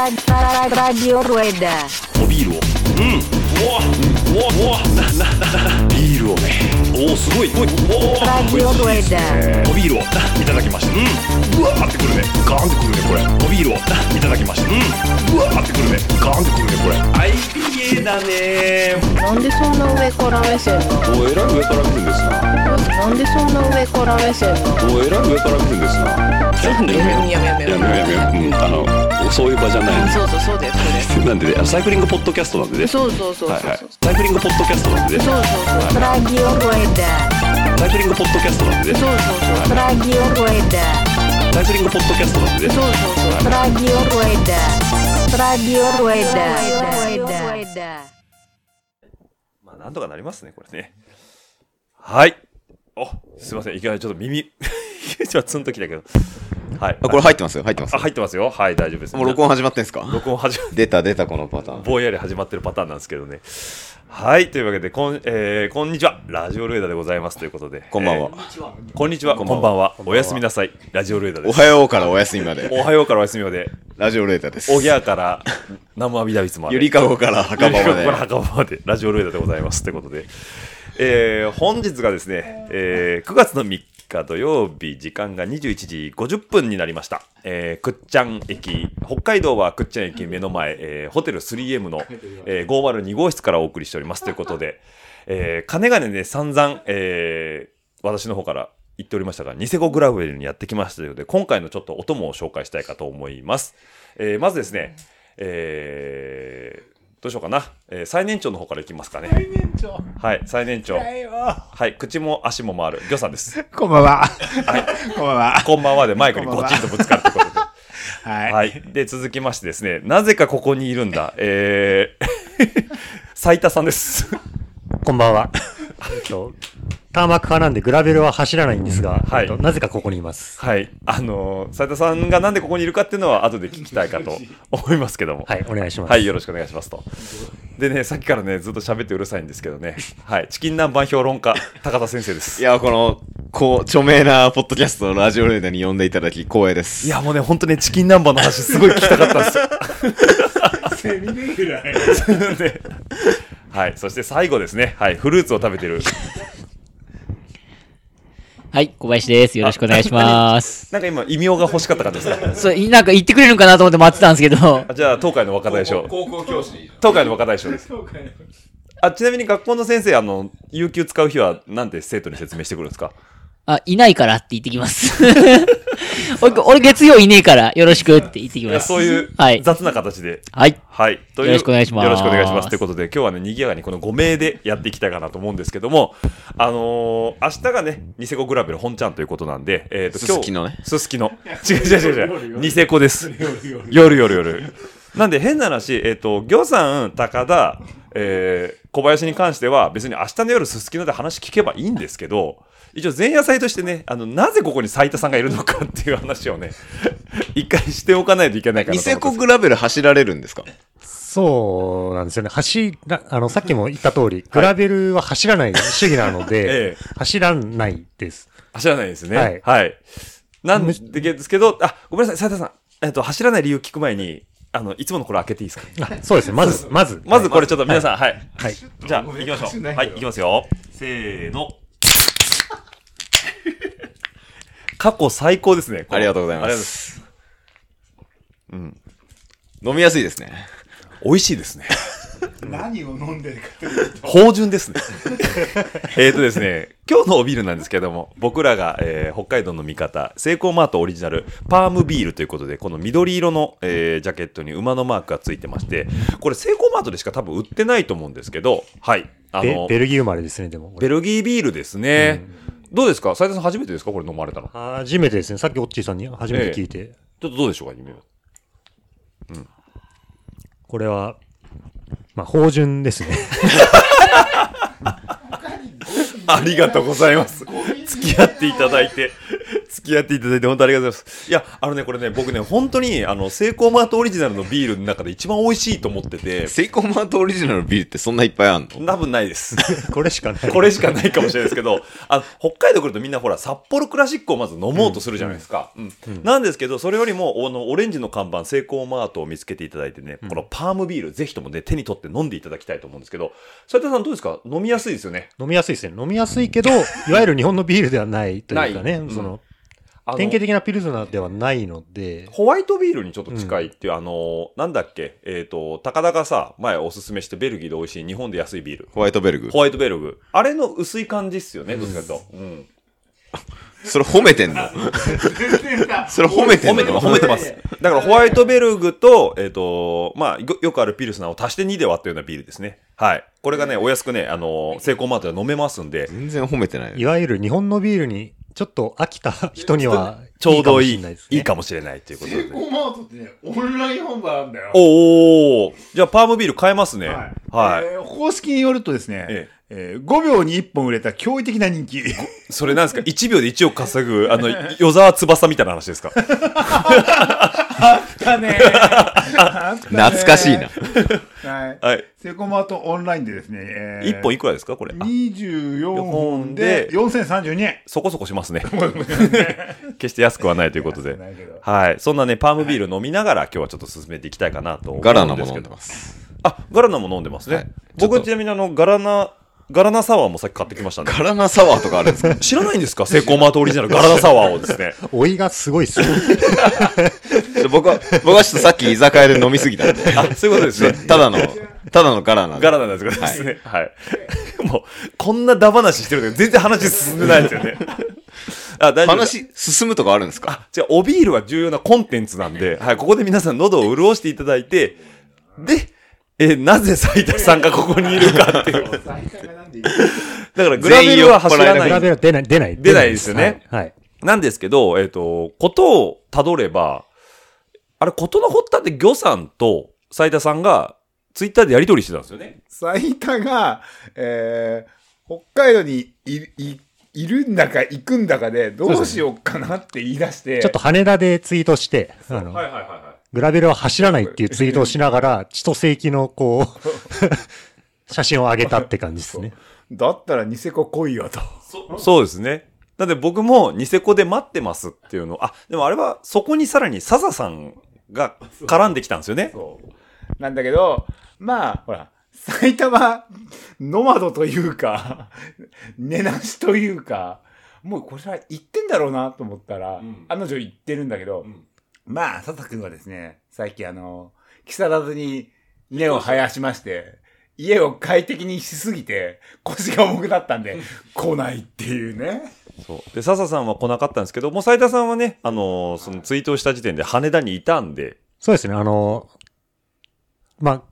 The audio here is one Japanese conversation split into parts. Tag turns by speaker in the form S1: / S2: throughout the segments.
S1: Radio Rueda.
S2: おビールをうんうわうわうわななななビールをねおおすごいおいおお
S1: Radio
S2: おいいいです
S1: Rueda.
S2: おビールをないただきましたうんうわーってくるねガーンってくるねこれおビールをないただきましたうんうわーってくるねガーンってくるねこれ IPA だね
S3: なんでそんな上から目線なの
S2: おえらい上から来るんですな
S3: なんでそんな上から目線なの
S2: おえらい上から来るんですなちょっとねやめやめやめやめやめやめうんあのそういう場じゃない
S3: そうそうそうだよそ
S2: なんでねあのサイクリングポッドキャストなんでね
S3: れそうそうそうそうそう
S2: はいはいサイクリングポッドキャストなんでね
S3: そうそうそう
S1: Radio Rueda.
S2: サイクリングポッドキャストなんでね
S3: そうそうそう
S1: Radio Rueda.
S2: サイクリングポッドキャストなんでね
S3: そうそうそう
S1: Radio Rueda. Radio Rueda. Radio Rueda.
S2: まあ、なんとかなりますね、これね。はい。お、すいません。いきなりちょっと耳、 ちょっとツンときたけど。はい。
S4: あ、これ入ってますよ、入ってます
S2: あ、。入ってますよ。はい、大丈夫です。
S4: もう録音始まってんすか
S2: 録音始ま
S4: 出た出た、このパターン。
S2: ぼんやり始まってるパターンなんですけどね。はい。というわけで、こん、えーこんにちは。ラジオルエダでございます。ということで。
S4: こんばんは
S2: えーこんにちは。こんばんは。おやすみなさい。ラジオルエダで
S4: お
S2: す。
S4: はようからお休みまで。
S2: おはようからおやすみまで。
S4: ラジオレータです。
S2: おぎゃー から、生阿弥陀仏まで。
S4: ゆりかごから墓場まで
S2: これ。墓場までラジオルエダでございますということで、えー本日がですね、えー9月の3日土曜日時間が21時50分になりました、えー、くっちゃん駅北海道はくっちゃん駅目の前、えーホテル 3M の、えー502号室からお送りしておりますということで、えー、金がね散々、えー私の方から言っておりましたが、ニセコグラフェルにやってきましたので、今回のちょっとお供を紹介したいかと思います。えーまずですね、えーどうしようかな、えー最年長の方からいきますかね。
S5: 最年長
S2: はい、最年長。
S5: だよ
S2: はい、口も足も回る、魚さんです。
S5: こんばんは。こんばんは。
S2: こんばんはでマイクにゴチンとぶつかるってことで。
S5: はい。
S2: はい。で、続きましてですね、なぜかここにいるんだ、えー、 斉田さんです。
S6: こんばんは。えっと、ターマック派なんでグラベルは走らないんですが、
S2: はい
S6: えっとなぜかここにいます。
S2: はい。あのー斉田さんがなんでここにいるかっていうのは後で聞きたいかと思いますけども。
S6: はい、お願いします。
S2: はい、よろしくお願いしますと。でね、さっきからね、ずっと喋ってうるさいんですけどね、はい、チキン南蛮評論家、高田先生で
S4: い
S2: す。い
S4: や、この、こう、著名なポッドキャストのラジオレータに呼んでいただき、光栄です。
S2: や、もうね、本当ね、チキン南蛮の話、すごい聞きたかったんですよ。
S5: セミレギュラー。
S2: ねはい、そして最後ですね、はい、フルーツを食べてる、
S7: はい、小林です。よろしくお願いします。
S2: なんか今、異名が欲しかった感じですね。
S7: そう、いなんか言ってくれるんかなと思って待ってたんですけど、
S2: あじゃあ、東海の若大将。高校教師。東海の若大将です。あちなみに学校の先生、あの、有給使う日は、なんて生徒に説明してくるんですか
S7: あ、いないからって言ってき ます。俺、俺月曜いねえから、よろしくって言ってき
S2: い
S7: ま
S2: や
S7: す。
S2: そういう
S7: はい。
S2: 雑な形で
S7: はい。
S2: はい。と
S7: よろしくお願いします
S2: よろしくお願いします。ということで、今日はね、賑やかにこの5名でやっていきたいかなと思うんですけども、あのー明日がね、ニセコグラベル本ちゃんということなんで、えっ、と、
S4: すすきのね
S2: すすきの。 違う違う違う違う。ニセコです。夜夜夜。なんで、変な話、えっ、と、魚さん、高田、えー小林に関しては、別に明日の夜、すすきので話聞けばいいんですけど、一応前夜祭としてね、あの、なぜここに斉田さんがいるのかっていう話をね、 一回しておかないといけないかな
S4: ニ
S2: と思
S4: セ
S2: ってます
S4: コグラベル走られるんですか
S6: そうなんですよね。走ら、あの、さっきも言った通り、グラベルは走らない主義なので、
S2: ええ
S6: 走らないです。
S2: 走らないですね。は
S6: はいい。
S2: なんですけど、あ、ごめんなさい、斉田さん。えっと、走らない理由聞く前に、あの、いつものこれ開けていいですか
S6: あそうですね。まず、まず。
S2: まずこれ
S6: は
S2: ちょっと皆さん、はい。
S6: い。はい。
S2: じゃあ、行きましょう。はい、行きますよ。せー の。過去最高ですね。これ
S4: ありがとうございま
S2: あ
S4: す
S2: りがとうございます。
S4: 飲みやすいですね。
S2: 美味しいですね。
S5: 何を飲んでるかという
S2: 芳醇ですね。 えっとですね、今日のおビールなんですけども、僕らが、えー北海道の味方、セイコーマートオリジナル、パームビールということで、この緑色の、えージャケットに馬のマークがついてまして、これセイコーマートでしか多分売ってないと思うんですけど、はい。あ
S6: ベ
S2: の、
S6: ベ
S2: ベ
S6: ルギー生まれですね、でも。
S2: ルギービールですね。どうですか斉田さん初めてですかこれ飲まれたの。ち
S6: 初めてですね。さっきオッチーさんに初めて聞いて、
S2: ょっとどうでしょうか夢は
S6: これは、まあ、芳醇ですね。
S2: ありがとうございます。付き合っていただいて。付き合っていただいて本当ありがとうございます。いや、あのね、これね、僕ね、本当に、あの、セイコーマートオリジナルのビールの中で一番美味しいと思ってて、
S4: セイコーマートオリジナルのビールってそんないっぱいあんの
S2: 多分ないです。
S6: これしかな い。
S2: これしかないかもしれないですけど、あの北海道来るとみんなほら、札幌クラシックをまず飲もうとするじゃないですか。うんなんですけど、それよりも、あの、オレンジの看板、セイコーマートを見つけていただいてね、このパームビール、ぜひともね、手に取って飲んでいただきたいと思うんですけど、斉田さんどうですか飲みやすいですよね。
S6: 飲みやすいですね。飲みやすいけど、いわゆる日本のビールではないというかね、
S2: ないうん
S6: その、
S2: あの
S6: 典型的なピルスナーではないので、
S2: ホワイトビールにちょっと近いっていう、あの、なんだっけ、えっ、と、高田がさ、前おすすめしてベルギーで美味しい日本で安いビール。
S4: ホワイトベルグ
S2: ホ。ワイトベルグ。あれの薄い感じっすよね、どっちかというと。うん。
S4: それ褒めてんのそれ褒めて
S2: 褒
S4: んの
S2: めてます、褒めてます。だからホワイトベルグと、えっ、と、まあ、よよくあるピルスナーを足して2で割ったようなビールですね。はい。これがね、お安くね、あの、セイコーマートで飲めますんで、
S4: 全然褒めてない
S6: い
S4: よ。
S6: わゆる日本のビールにちょっと飽きた人には、
S2: ちょうどいい、
S6: かもしれないで
S2: いいかもしれないと
S6: すね
S2: いうこと
S8: セイ
S2: で。
S8: コーマートってね、オンライン販売あるんだよ。
S2: おーじゃあ、パームビール買えますね。は。
S8: はいいえー公式によるとですね、
S2: え
S8: えー5秒に1本売れた驚異的な人気。
S2: それなんですか ?1 秒で1億稼 ぐ、あの、与沢翼みたいな話ですか
S8: だ ね。
S4: 懐かしいな。。
S8: はい。
S2: はい。
S8: セイコーマートオンラインでですね、えー
S2: 1本いくらですかこれ。あ
S8: 24本で4032円。
S2: そこそこしますね。 決して安くは ないということで
S8: 安くはないけど。
S2: はい。そんなね、パームビール飲みながら今日はちょっと進めていきたいかなと思うんです
S4: ガ
S2: けど。
S4: ラナも飲んでます。
S2: あ、ガラナも飲んでますね。
S4: はい
S2: 僕
S4: ちょ
S2: は
S4: っと
S2: ちなみにあの、ガラナ、ガラナサワーもさっき買ってきましたね。
S4: ガラナサワーとかあるんですか
S2: 知らないんですかセイコーマートオリジナルガラナサワーをです ね。
S6: 追いがすごいっすね。
S4: ちょ僕は、僕はちょっとさっき居酒屋で飲みすぎたんで。
S2: あ、そういうことですね。
S4: ただの、ただのガラナで。
S2: ガラナなんですけどですね。はい。 もう、こんなダ話してるけど、全然話進んでないですよ ね。あ、大丈夫です。
S4: 話進むとかあるんですか
S2: じゃあ、おビールは重要なコンテンツなんで、はい、ここで皆さん喉を潤していただいて、で、えーなぜ斉田さんがここにいるかって いう。だから、グラベルは走ら
S4: 全員
S2: な
S4: 酔っ払いなが
S6: 比
S2: い
S4: ら。
S6: べると出ない、出ない。
S2: 出ないですよね
S6: はい。はい
S2: なんですけど、えっ、と、ことをたどれば、あれ、ことの発端って魚さんと斉田さんが、ツイッターでやり取りしてたんですよね。
S8: 最多が、えー北海道にいいいるんだか行くんだかで、どうしようかなって言い出して、
S6: ちょっと羽田でツイートして、あの、
S2: いはいは
S6: グラベルは走らないっていうツイートをしながら、 千歳行きのこう、 写真を上げたって感じ ですね。
S8: だったらニセコ来いよと。
S2: い。そうですね。なんで僕もニセコで待ってますっていうのをあ、でもあれはそこにさらにサザさんが絡んできたんですよね。
S8: なんだけど、まあ、ほら、埼玉、ノマドというか、根なしというか、もうこれは行ってんだろうなと思ったら、彼女行ってるんだけど、まあ、佐々君はですね、最近あの、木更津に根を生やしまして、家を快適にしすぎて、腰が重くなった んで、来ないっていうね。
S2: そう。で、笹さんは来なかったんですけど、もう斉田さんはね、あのーそのツイートをした時点で羽田にいたんで、
S6: そうですね、あの、まあ、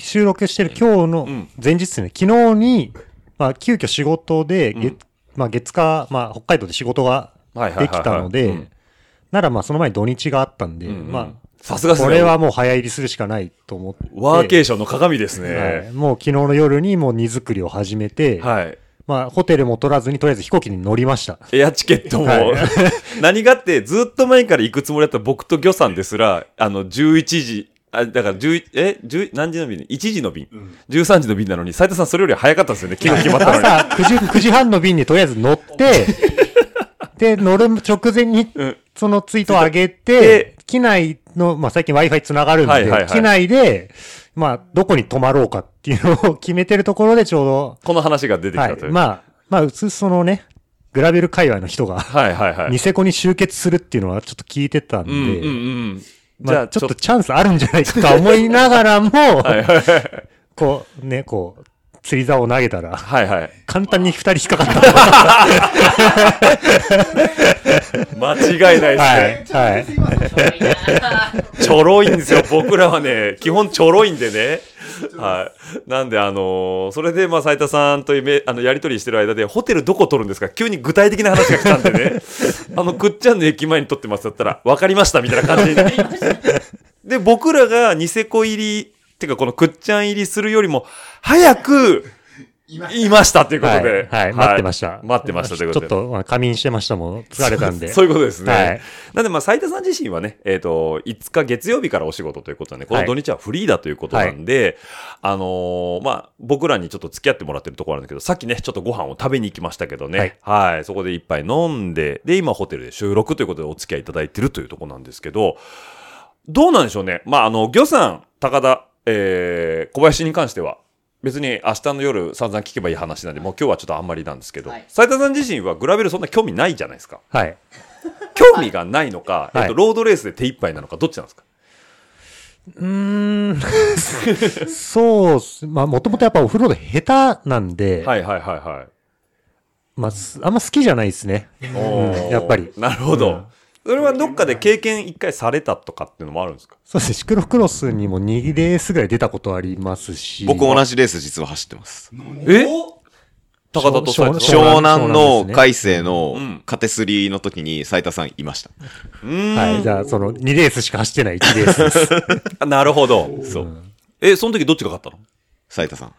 S6: 収録してる今日の
S2: うん
S6: 前日ですね、昨日に、まあ、急遽仕事で、
S2: ん
S6: 月、まあ、月火、まあ、北海道で仕事が
S2: はいはいはいはい
S6: できた の
S2: う
S6: で
S2: ん、
S6: ならまあ、その前に土日があったんで、
S2: うんうん
S6: ま
S2: さすが
S6: あ、
S2: ですね
S6: これはもう早入りするしかないと思って、
S2: ワーケーションの鏡です
S6: は
S2: ね
S6: い。もう昨日の夜にもう荷造りを始めて、
S2: はい。
S6: まあ、ホテルも取らずに、とりあえず飛行機に乗りました。
S2: エアチケットも、
S6: はい
S2: 何があって、ずっと前から行くつもりだった僕と魚さんですら、あの、11時、あだから11、え、10何時の便 ?1 時の便、?13 時の便なのに、斉田さんそれより早かったんですよね。昨日決まったのに。
S6: 朝9時、9時半の便にとりあえず 乗って、で、乗る直前に
S2: うん、
S6: そのツイートを上げ
S2: で
S6: て、機内の、まあ、最近 Wi-Fi 繋がるんで、
S2: はいはいはい
S6: 機内で、まあ、どこに泊まろうかっていうのを決めてるところでちょうど、
S2: この話が出てき
S6: は
S2: た
S6: い
S2: とい。う。
S6: まあ、まあ、うつそのね、グラベル界隈の人が、
S2: はいはいはい。
S6: ニセコに集結するっていうのはちょっと聞いてたんで、
S2: うんうんうん。じ
S6: ま
S2: ゃ
S6: あ、
S2: あ、
S6: ち
S2: ち
S6: ょ
S2: ょ
S6: っ
S2: っ
S6: と
S2: と、
S6: チャンスあるんじゃないかと思いなが らも、こう、ね、こう、釣り竿を投げたら、
S2: はいはい。
S6: 簡単に二人引っかか った。
S2: 間違いないですね。
S6: はい。は い。
S2: ちょろいんですよ。僕らはね、基本ちょろいんでね。はい。なんで、あのーそれで、まあ、斉田さんというめあのやり取りしてる間で、ホテルどこ取るんですか急に具体的な話が来たんでね。 あの、くっちゃんの駅前に取ってますだったら、わかりましたみたいな感じに。で、僕らがニセコ入り、てかこのくっちゃん入りするよりも、早く、いましたということで。
S6: はい、はい待ってました。
S2: 待ってましたということで。
S6: ちょっとまあ仮眠してましたもん。疲れたんで。
S2: そういうことですね。
S6: はい
S2: なんで、まあ、斉田さん自身はね、えっ、と、5日月曜日からお仕事ということなんで、この土日はフリーだということなんで、あのーまあ、僕らにちょっと付き合ってもらってるところなんだけど、さっきね、ちょっとご飯を食べに行きましたけどね、は
S6: はいい、
S2: そこで一杯飲んで、で、今ホテルで収録ということでお付き合いいただいてるというところなんですけど、どうなんでしょうね。まあ、あの、魚さん、高田、えー、小林に関しては、別に明日の夜散々聞けばいい話なんで、もう今日はちょっとあんまりなんですけど、
S9: はい
S2: 斉田さん自身はグラベルそんな興味ないじゃないですか。
S6: はい。
S2: 興味がないのか、
S6: はい
S2: えっと、ロードレースで手一杯なのか、どっちなんですか、
S6: うーん。そうっす。まあ、もともとやっぱお風呂で下手なんで、
S2: はい、はいはいはい
S6: まあ、すあんま好きじゃないですね。
S2: おー
S6: うんやっぱり
S2: なるほど、それはどっかで経験一回されたとかっていうのもあるんですか
S6: そうですね。シクロクロスにも2レースぐらい出たことありますし。
S4: 僕同じレース実は走ってます。
S2: え高田と斉藤
S6: し
S2: さ
S6: ょ
S2: ん。
S4: 湘南
S6: そうなんです
S4: の
S6: ね
S4: 海星の
S2: ん
S4: カテスリーの時に斉田さんいました。
S6: はい。じゃあ、その2レースしか走ってない1レースです。
S2: あなるほど。
S4: そう。
S2: え、その時どっちが勝ったの
S4: 斉田さん。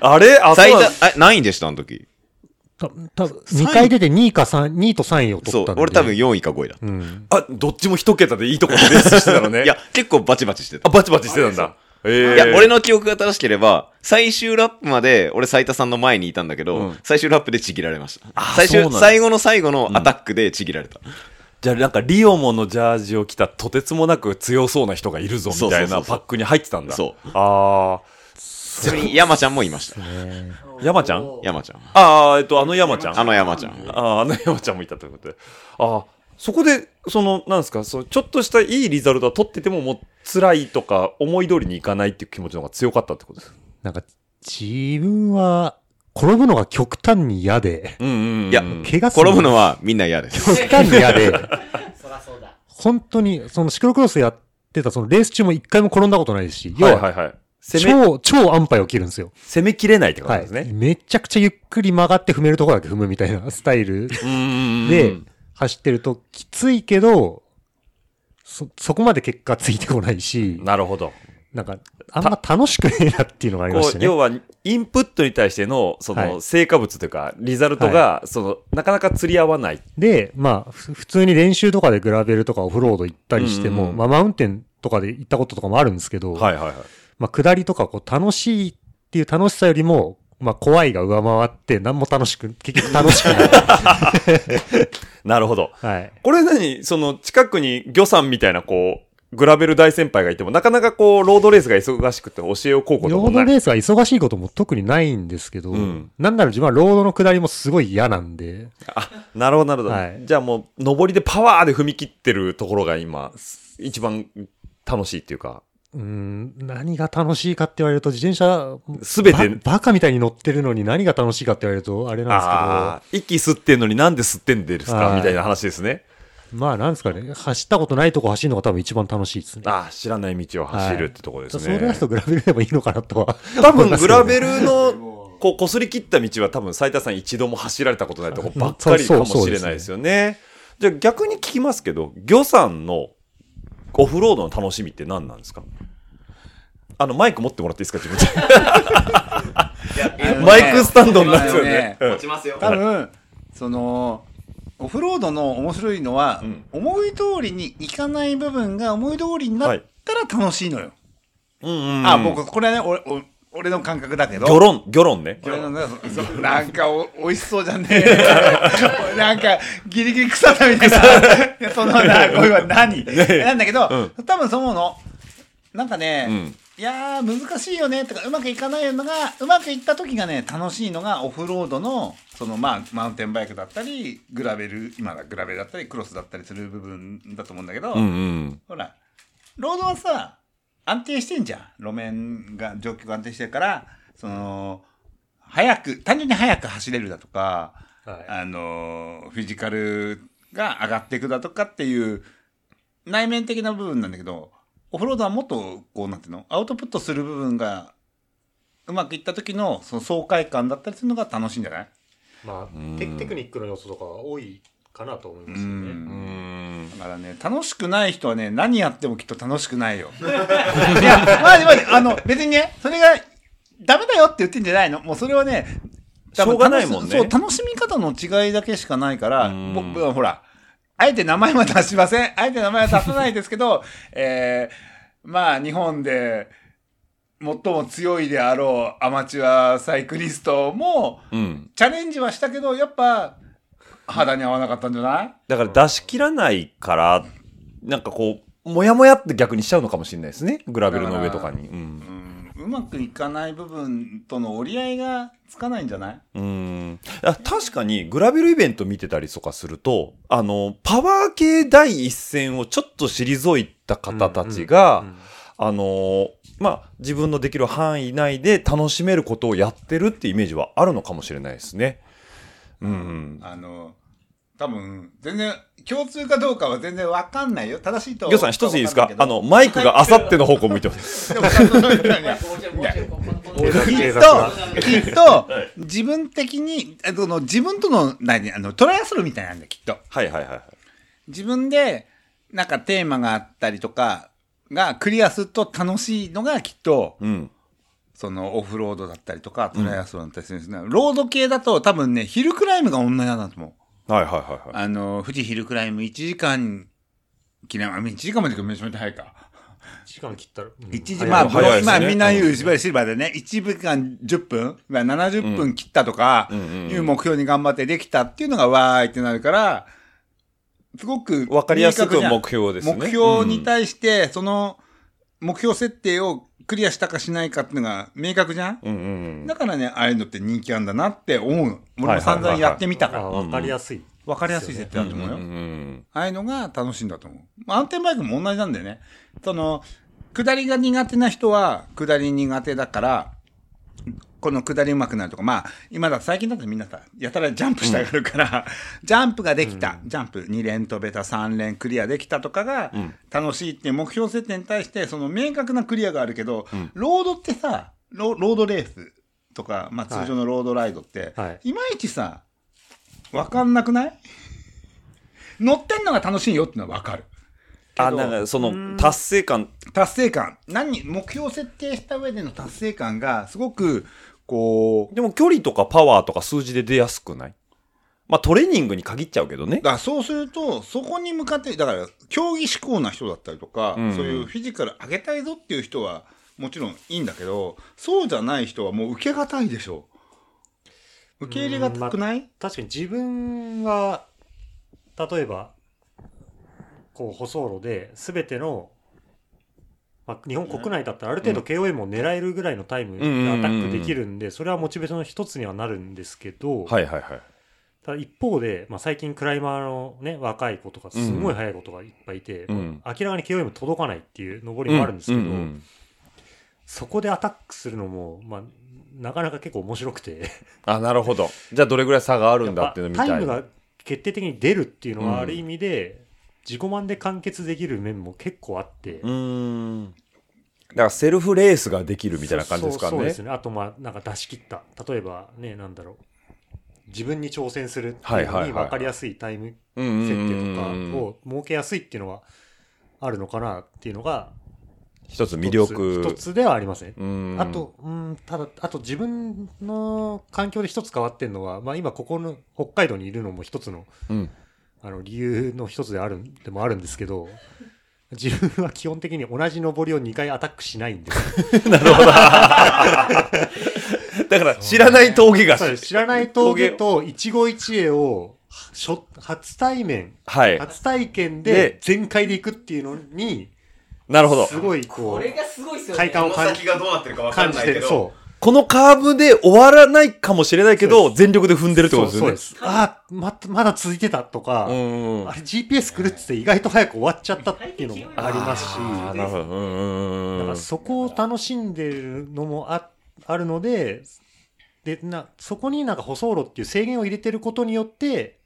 S2: あれあ、
S4: 斉
S2: そうなん
S4: 田、え、何位でしたあの時。
S6: た多分2回出て2位か3、2位と3位を
S4: そ
S6: 取っ
S4: う
S6: たん。で。
S4: 俺多分。4位か5位だった。
S2: あ、どっちも一桁でいいとこで レースしてたのね。
S4: いや、、結構バチバチしてた
S2: あ、。バチバチしてたんだ。え
S4: いや、俺
S2: の。
S4: の記憶が正しければ、最終ラップまで、俺、斉田さんの前にいたんだけど、
S2: うん
S4: 最終ラップでちぎられました。
S2: あ
S4: 最
S2: そうな
S4: 終、
S2: んだ
S4: 最後の最後のアタックでちぎられた。
S2: じゃあなんかリオモのジャージを着たとてつもなく強そうな人がいるぞみたい
S4: そうそうそ
S2: な
S4: うそ
S2: パ
S4: う
S2: ックに入ってたんだ。
S4: そう。
S2: あ
S4: ちなみに、山ちゃんもいました。
S2: ー。山ちゃん
S4: 山ちゃん。
S2: ああ、えっと、あの山ちゃん。
S4: あの山ちゃん。
S2: ああ、あの山ちゃんもいたということで。ああ、そこで、その、なんですか、そうちょっとしたいいリザルトは取ってても、もう辛いとか、思い通りにいかないっていう気持ちの方が強かったってことです。
S6: なんか、自分は、転ぶのが極端に嫌で、
S2: うんうん、
S4: いや
S6: 怪我する
S4: 転ぶのはみんな嫌です。
S6: 極端に嫌で、
S9: そらそうだ。
S6: 本当に、そのシクロクロスやってた、そのレース中も一回も転んだことないですし、要
S2: はい
S6: は、
S2: はいはい。攻め、
S6: 超、超安牌を切るんですよ。
S2: 攻めきれないってこと
S6: はい
S2: です。ね。
S6: めちゃくちゃゆっくり曲がって踏めるとこだけ踏むみたい なスタイ
S2: うんう
S6: ル
S2: んうん
S6: で、走ってるときついけど、そ、そこまで結果ついてこないし、
S2: なるほど。
S6: なんか、あんま楽しくねえなっていうのがありま
S2: こ
S6: した
S2: う
S6: ね。
S2: 要は、インプットに対しての、そ
S6: は
S2: の、
S6: い
S2: 成果物というか、リザルトが、その、なかなか釣り合わない。
S6: で、まあ、ふ普通に練習とかでグラベルとかオフロード行ったりしても、
S2: うんうんうん
S6: まあ、マウンテンとかで行ったこととかもあるんですけど、
S2: はいはいはい。
S6: まあ、下りとかこう楽しいっていう楽しさよりも、まあ、怖いが上回って、何も楽しく、結局楽しく ない。
S2: なるほど。
S6: はい。
S2: これ何その近くに魚さんみたいなこう、グラベル大先輩がいても、なかなかこう、ロードレースが忙しくて教えをこうこと
S6: ロ
S2: も
S6: ード
S2: ない。
S6: レースは忙しいことも特にないんですけど、
S2: うん
S6: なんなら自分はロードの下りもすごい嫌なんで、
S2: あ、なるほど、なるほど。
S6: はい
S2: じゃあもう、上りでパワーで踏み切ってるところが今、一番楽しいっていうか、
S6: うーん、何が楽しいかって言われると、自転車、
S2: すべて
S6: バ、バカみたいに乗ってるのに何が楽しいかって言われると、あれなん
S2: ああ、息吸ってんのになんで吸ってんですか
S6: はい
S2: みたいな話ですね。
S6: ですけど、まあなんですかね、走ったことないとこ走るのが多分一番楽しいですね。
S2: ああ、知らない道を走るってところです
S6: そ
S2: ね。
S6: れだとグラベルでもいいのか なとは。
S2: 多分、グラ
S6: ル
S2: ベルの、こう、擦り切った道は多分、斉田さん一度も走られたことないとこばっかりかもしれないですよね。じゃあ逆に聞きますけど、魚さんのオフロードの楽しみって何なんですかあの、マイク持ってもらっていいですか自 分で。マイクスタンドになってるよね。うん
S8: 多分そのオフロードの面白いのは、
S2: ん
S8: 思い通りにいかない部分が思い通りになったら楽しいのよ。
S2: うんうんうん。
S8: あ、僕、これはね、俺、お俺の感覚だけど。
S2: 魚論、魚論ね。
S8: 俺のねそうなんかお、美味しそうじゃね え。なんか、ギリギリ腐ったみたいな。そのな、声は何なんだけど、多分そう思うの。なんかね、
S2: うん
S8: いやー、難しいよね、とか、うまくいかないのが、うまくいった時がね、楽しいのが、オフロードの、その、まあ、マウンテンバイクだったり、グラベル、今だ、グラベルだったり、クロスだったりする部分だと思うんだけど、
S2: うんうん。
S8: ほら、ロードはさ、安定してんじゃん。路面が、状況が安定してるから、その、早く、単純に早く走れるだとか、あの、フィジカルが上がっていくだとかっていう、内面的な部分なんだけど、オフロードはもっと、こう、なんていうの、アウトプットする部分が、うまくいった時の、その爽快感だったりするのが楽しいんじゃない
S6: まあ、テクニックの要素とか多いかなと思いますよ
S8: うん
S2: うーん。
S8: だからね、楽しくない人は ね、何やってもきっと楽しくないよ。いや、まあ、まあ、あの、別にね、それがダメだよって言ってんじゃないのもうそれはね、
S2: しょうがないもんね
S8: 多分楽しそう、楽しみ方の違いだけしかないから
S2: うん、
S8: 僕はほら、あえて名前は出しません。あえて名前は出さないですけど、 えー、まあ、日本で最も強いであろうアマチュアサイクリストも、
S2: うん。
S8: チャレンジはしたけど、やっぱ、肌に合わなかったんじゃない
S2: だから出し切らないから、なんかこう、もやもやって逆にしちゃうのかもしれないですね。グラベルの上とかに。うん
S8: うんうまくいかない部分との折り合いがつかないんじゃない
S2: うんあ確かにグラベルイベント見てたりとかするとあのパワー系第一線をちょっと退いた方たちが、あのーまあ自分のできる範囲内で楽しめることをやってるってイメージはあるのかもしれないですね。うん、
S8: あの、多分、全然、共通かどうかは全然わかんないよ。正しいと
S2: ぎょうさん一ついいです
S8: わ
S2: か
S8: ん
S2: あ
S8: ないけど
S2: の、マイクがあさっての方向向いてます。
S8: でもちゃんとそういうのにはいや
S6: 警察が
S8: きっと、きっと、自分的に、あの自分との、何、あの、トライアスロンみたいなんだよ、きっと。
S2: はいはいはいはい。
S8: 自分で、なんかテーマがあったりとか、がクリアすると楽しいのがきっと、
S2: うん。
S8: そのオフロードだったりとか、トライアスロンだったりするんですね。ロード系だと多分ね、ヒルクライムが同じなんだと思う。
S2: はいはいはいはい。
S8: あの、富士ヒルクライム1時間、記念、あ1時間までかめちゃめちゃ早いか。
S6: 時間切ったら。うん
S8: 一時、まあ、
S2: 早いですね
S8: まあみんな言う、シルバーシルバーでね、1時間10分、まあ、70分切ったとか、
S2: うんうんうん
S8: いう目標に頑張ってできたっていうのがわーいってなるから、すごく、
S2: わかりやすく
S8: 明確な
S2: 目標ですね。
S8: 目標に対して、その、目標設定をクリアしたかしないかっていうのが明確じゃん、
S2: うんうんうん。
S8: だからね、ああいうのって人気あんだなって思うの。俺
S2: はいはいはいは
S8: も
S2: い
S8: 散々やってみた
S6: あ
S8: から。
S6: わかりやすい。
S8: わかりやすい設定だと思うよ。
S2: うんうん
S8: ああいうのが楽しいんだと思う。まあアンテンバイクも同じなんだよね。その、下りが苦手な人は、下り苦手だから、この下り上手くなるとか、まあ、今だ、最近だとみんなさ、やたらジャンプしたがるから、ジャンプができた、ジャンプ2連飛べた、3連クリアできたとかが
S2: ん、
S8: 楽しいっていう目標設定に対して、その明確なクリアがあるけど、ロードってさロ、ロードレースとか、まあ通常のロードライドって、
S6: はいはい
S8: い、まいちさ、わかんなくない乗ってんのが楽しいよってのはわかる。
S2: あ、なんかその達成感
S8: 達成感。何、目標設定した上での達成感が、すごく、こ
S2: でも距離とかパワーとか数字で出やすくないまあトレーニングに限っちゃうけどね
S8: う、。だからそうすると、そこに向かって、だから、競技志向な人だったりとか、
S2: うん
S8: そういうフィジカル上げたいぞっていう人は、もちろんいいんだけど、そうじゃない人はもう受けがたいでしょ。受け入れがたくない、
S6: 確かに自分は、例えば、こう、舗装路で、すべての、まあ、日本国内だったらある程度 KOM も狙えるぐらいのタイムで
S2: うん
S6: アタックできるんで、それはモチベーションの一つにはなるんですけど、
S2: はいはいはい。
S6: ただ一方で、まあ、最近クライマーのね、若い子とか、すごい速い子とかいっぱいいて、
S2: うん
S6: 明らかに KOM 届かないっていう登りもあるんですけど、
S2: ううん
S6: そこでアタックするのも、まあ、なかなか結構面白くて、
S2: あ、なるほど。じゃあどれぐらい差があるんだっていうのみた
S6: タ
S2: い
S6: イムが決定的に出るっていうの
S2: うん
S6: はある意味で自己満で完結できる面も結構あって、
S2: うーん。だからセルフレースができるみたいな感じですか
S6: そうそう
S2: ね。
S6: ですねあとまあなんか出し切った例えばねなんだろう自分に挑戦するって
S2: はいいうはい
S6: の
S2: は
S6: に
S2: い
S6: 分かりやすいタイム
S2: うんうん
S6: 設
S2: うん
S6: 定と
S2: うん
S6: かを設けやすいっていうのはあるのかなっていうのが
S2: 一つ
S6: 一つ
S2: 魅力。
S6: 一つではありますね
S2: うん
S6: あ、と、うん、ただ、あと自分の環境で一つ変わってるのは、まあ今ここの北海道にいるのも一つの、
S2: うん
S6: あの理由の一つであるん、でもあるんですけ ど、自分は基本的に同じ登りを2回アタックしないんです。
S2: だから知らない峠が。
S6: そうです知らない峠と一期一会を、しょ初対面、
S2: はい。
S6: 初体験
S2: で
S6: で全開で行くっていうのに、
S2: なるほど。
S6: すごいこ
S10: がすごいっす
S6: う、快感を
S3: この
S6: 感
S3: 先がどうなってるかわか
S6: 感
S3: ん
S6: じ
S3: ない
S6: て
S3: け
S6: る。
S3: ど。
S6: そう。
S2: このカーブで終わらないかもしれないけ
S6: そう
S2: ど、全力で踏んでるってことですよね。
S6: そうそうです。ああ、ま、まだ続いてたとか、
S2: うんうん
S6: あれ GPS 狂ってて意外と早く終わっちゃったっていうのもありますし、
S2: あーなるほど。うんうんうん
S6: だか
S2: う
S6: ら
S2: ん。
S6: そこを楽しんでるのもああるので、で、な、そこになんか舗装路っていう制限を入れてることによって、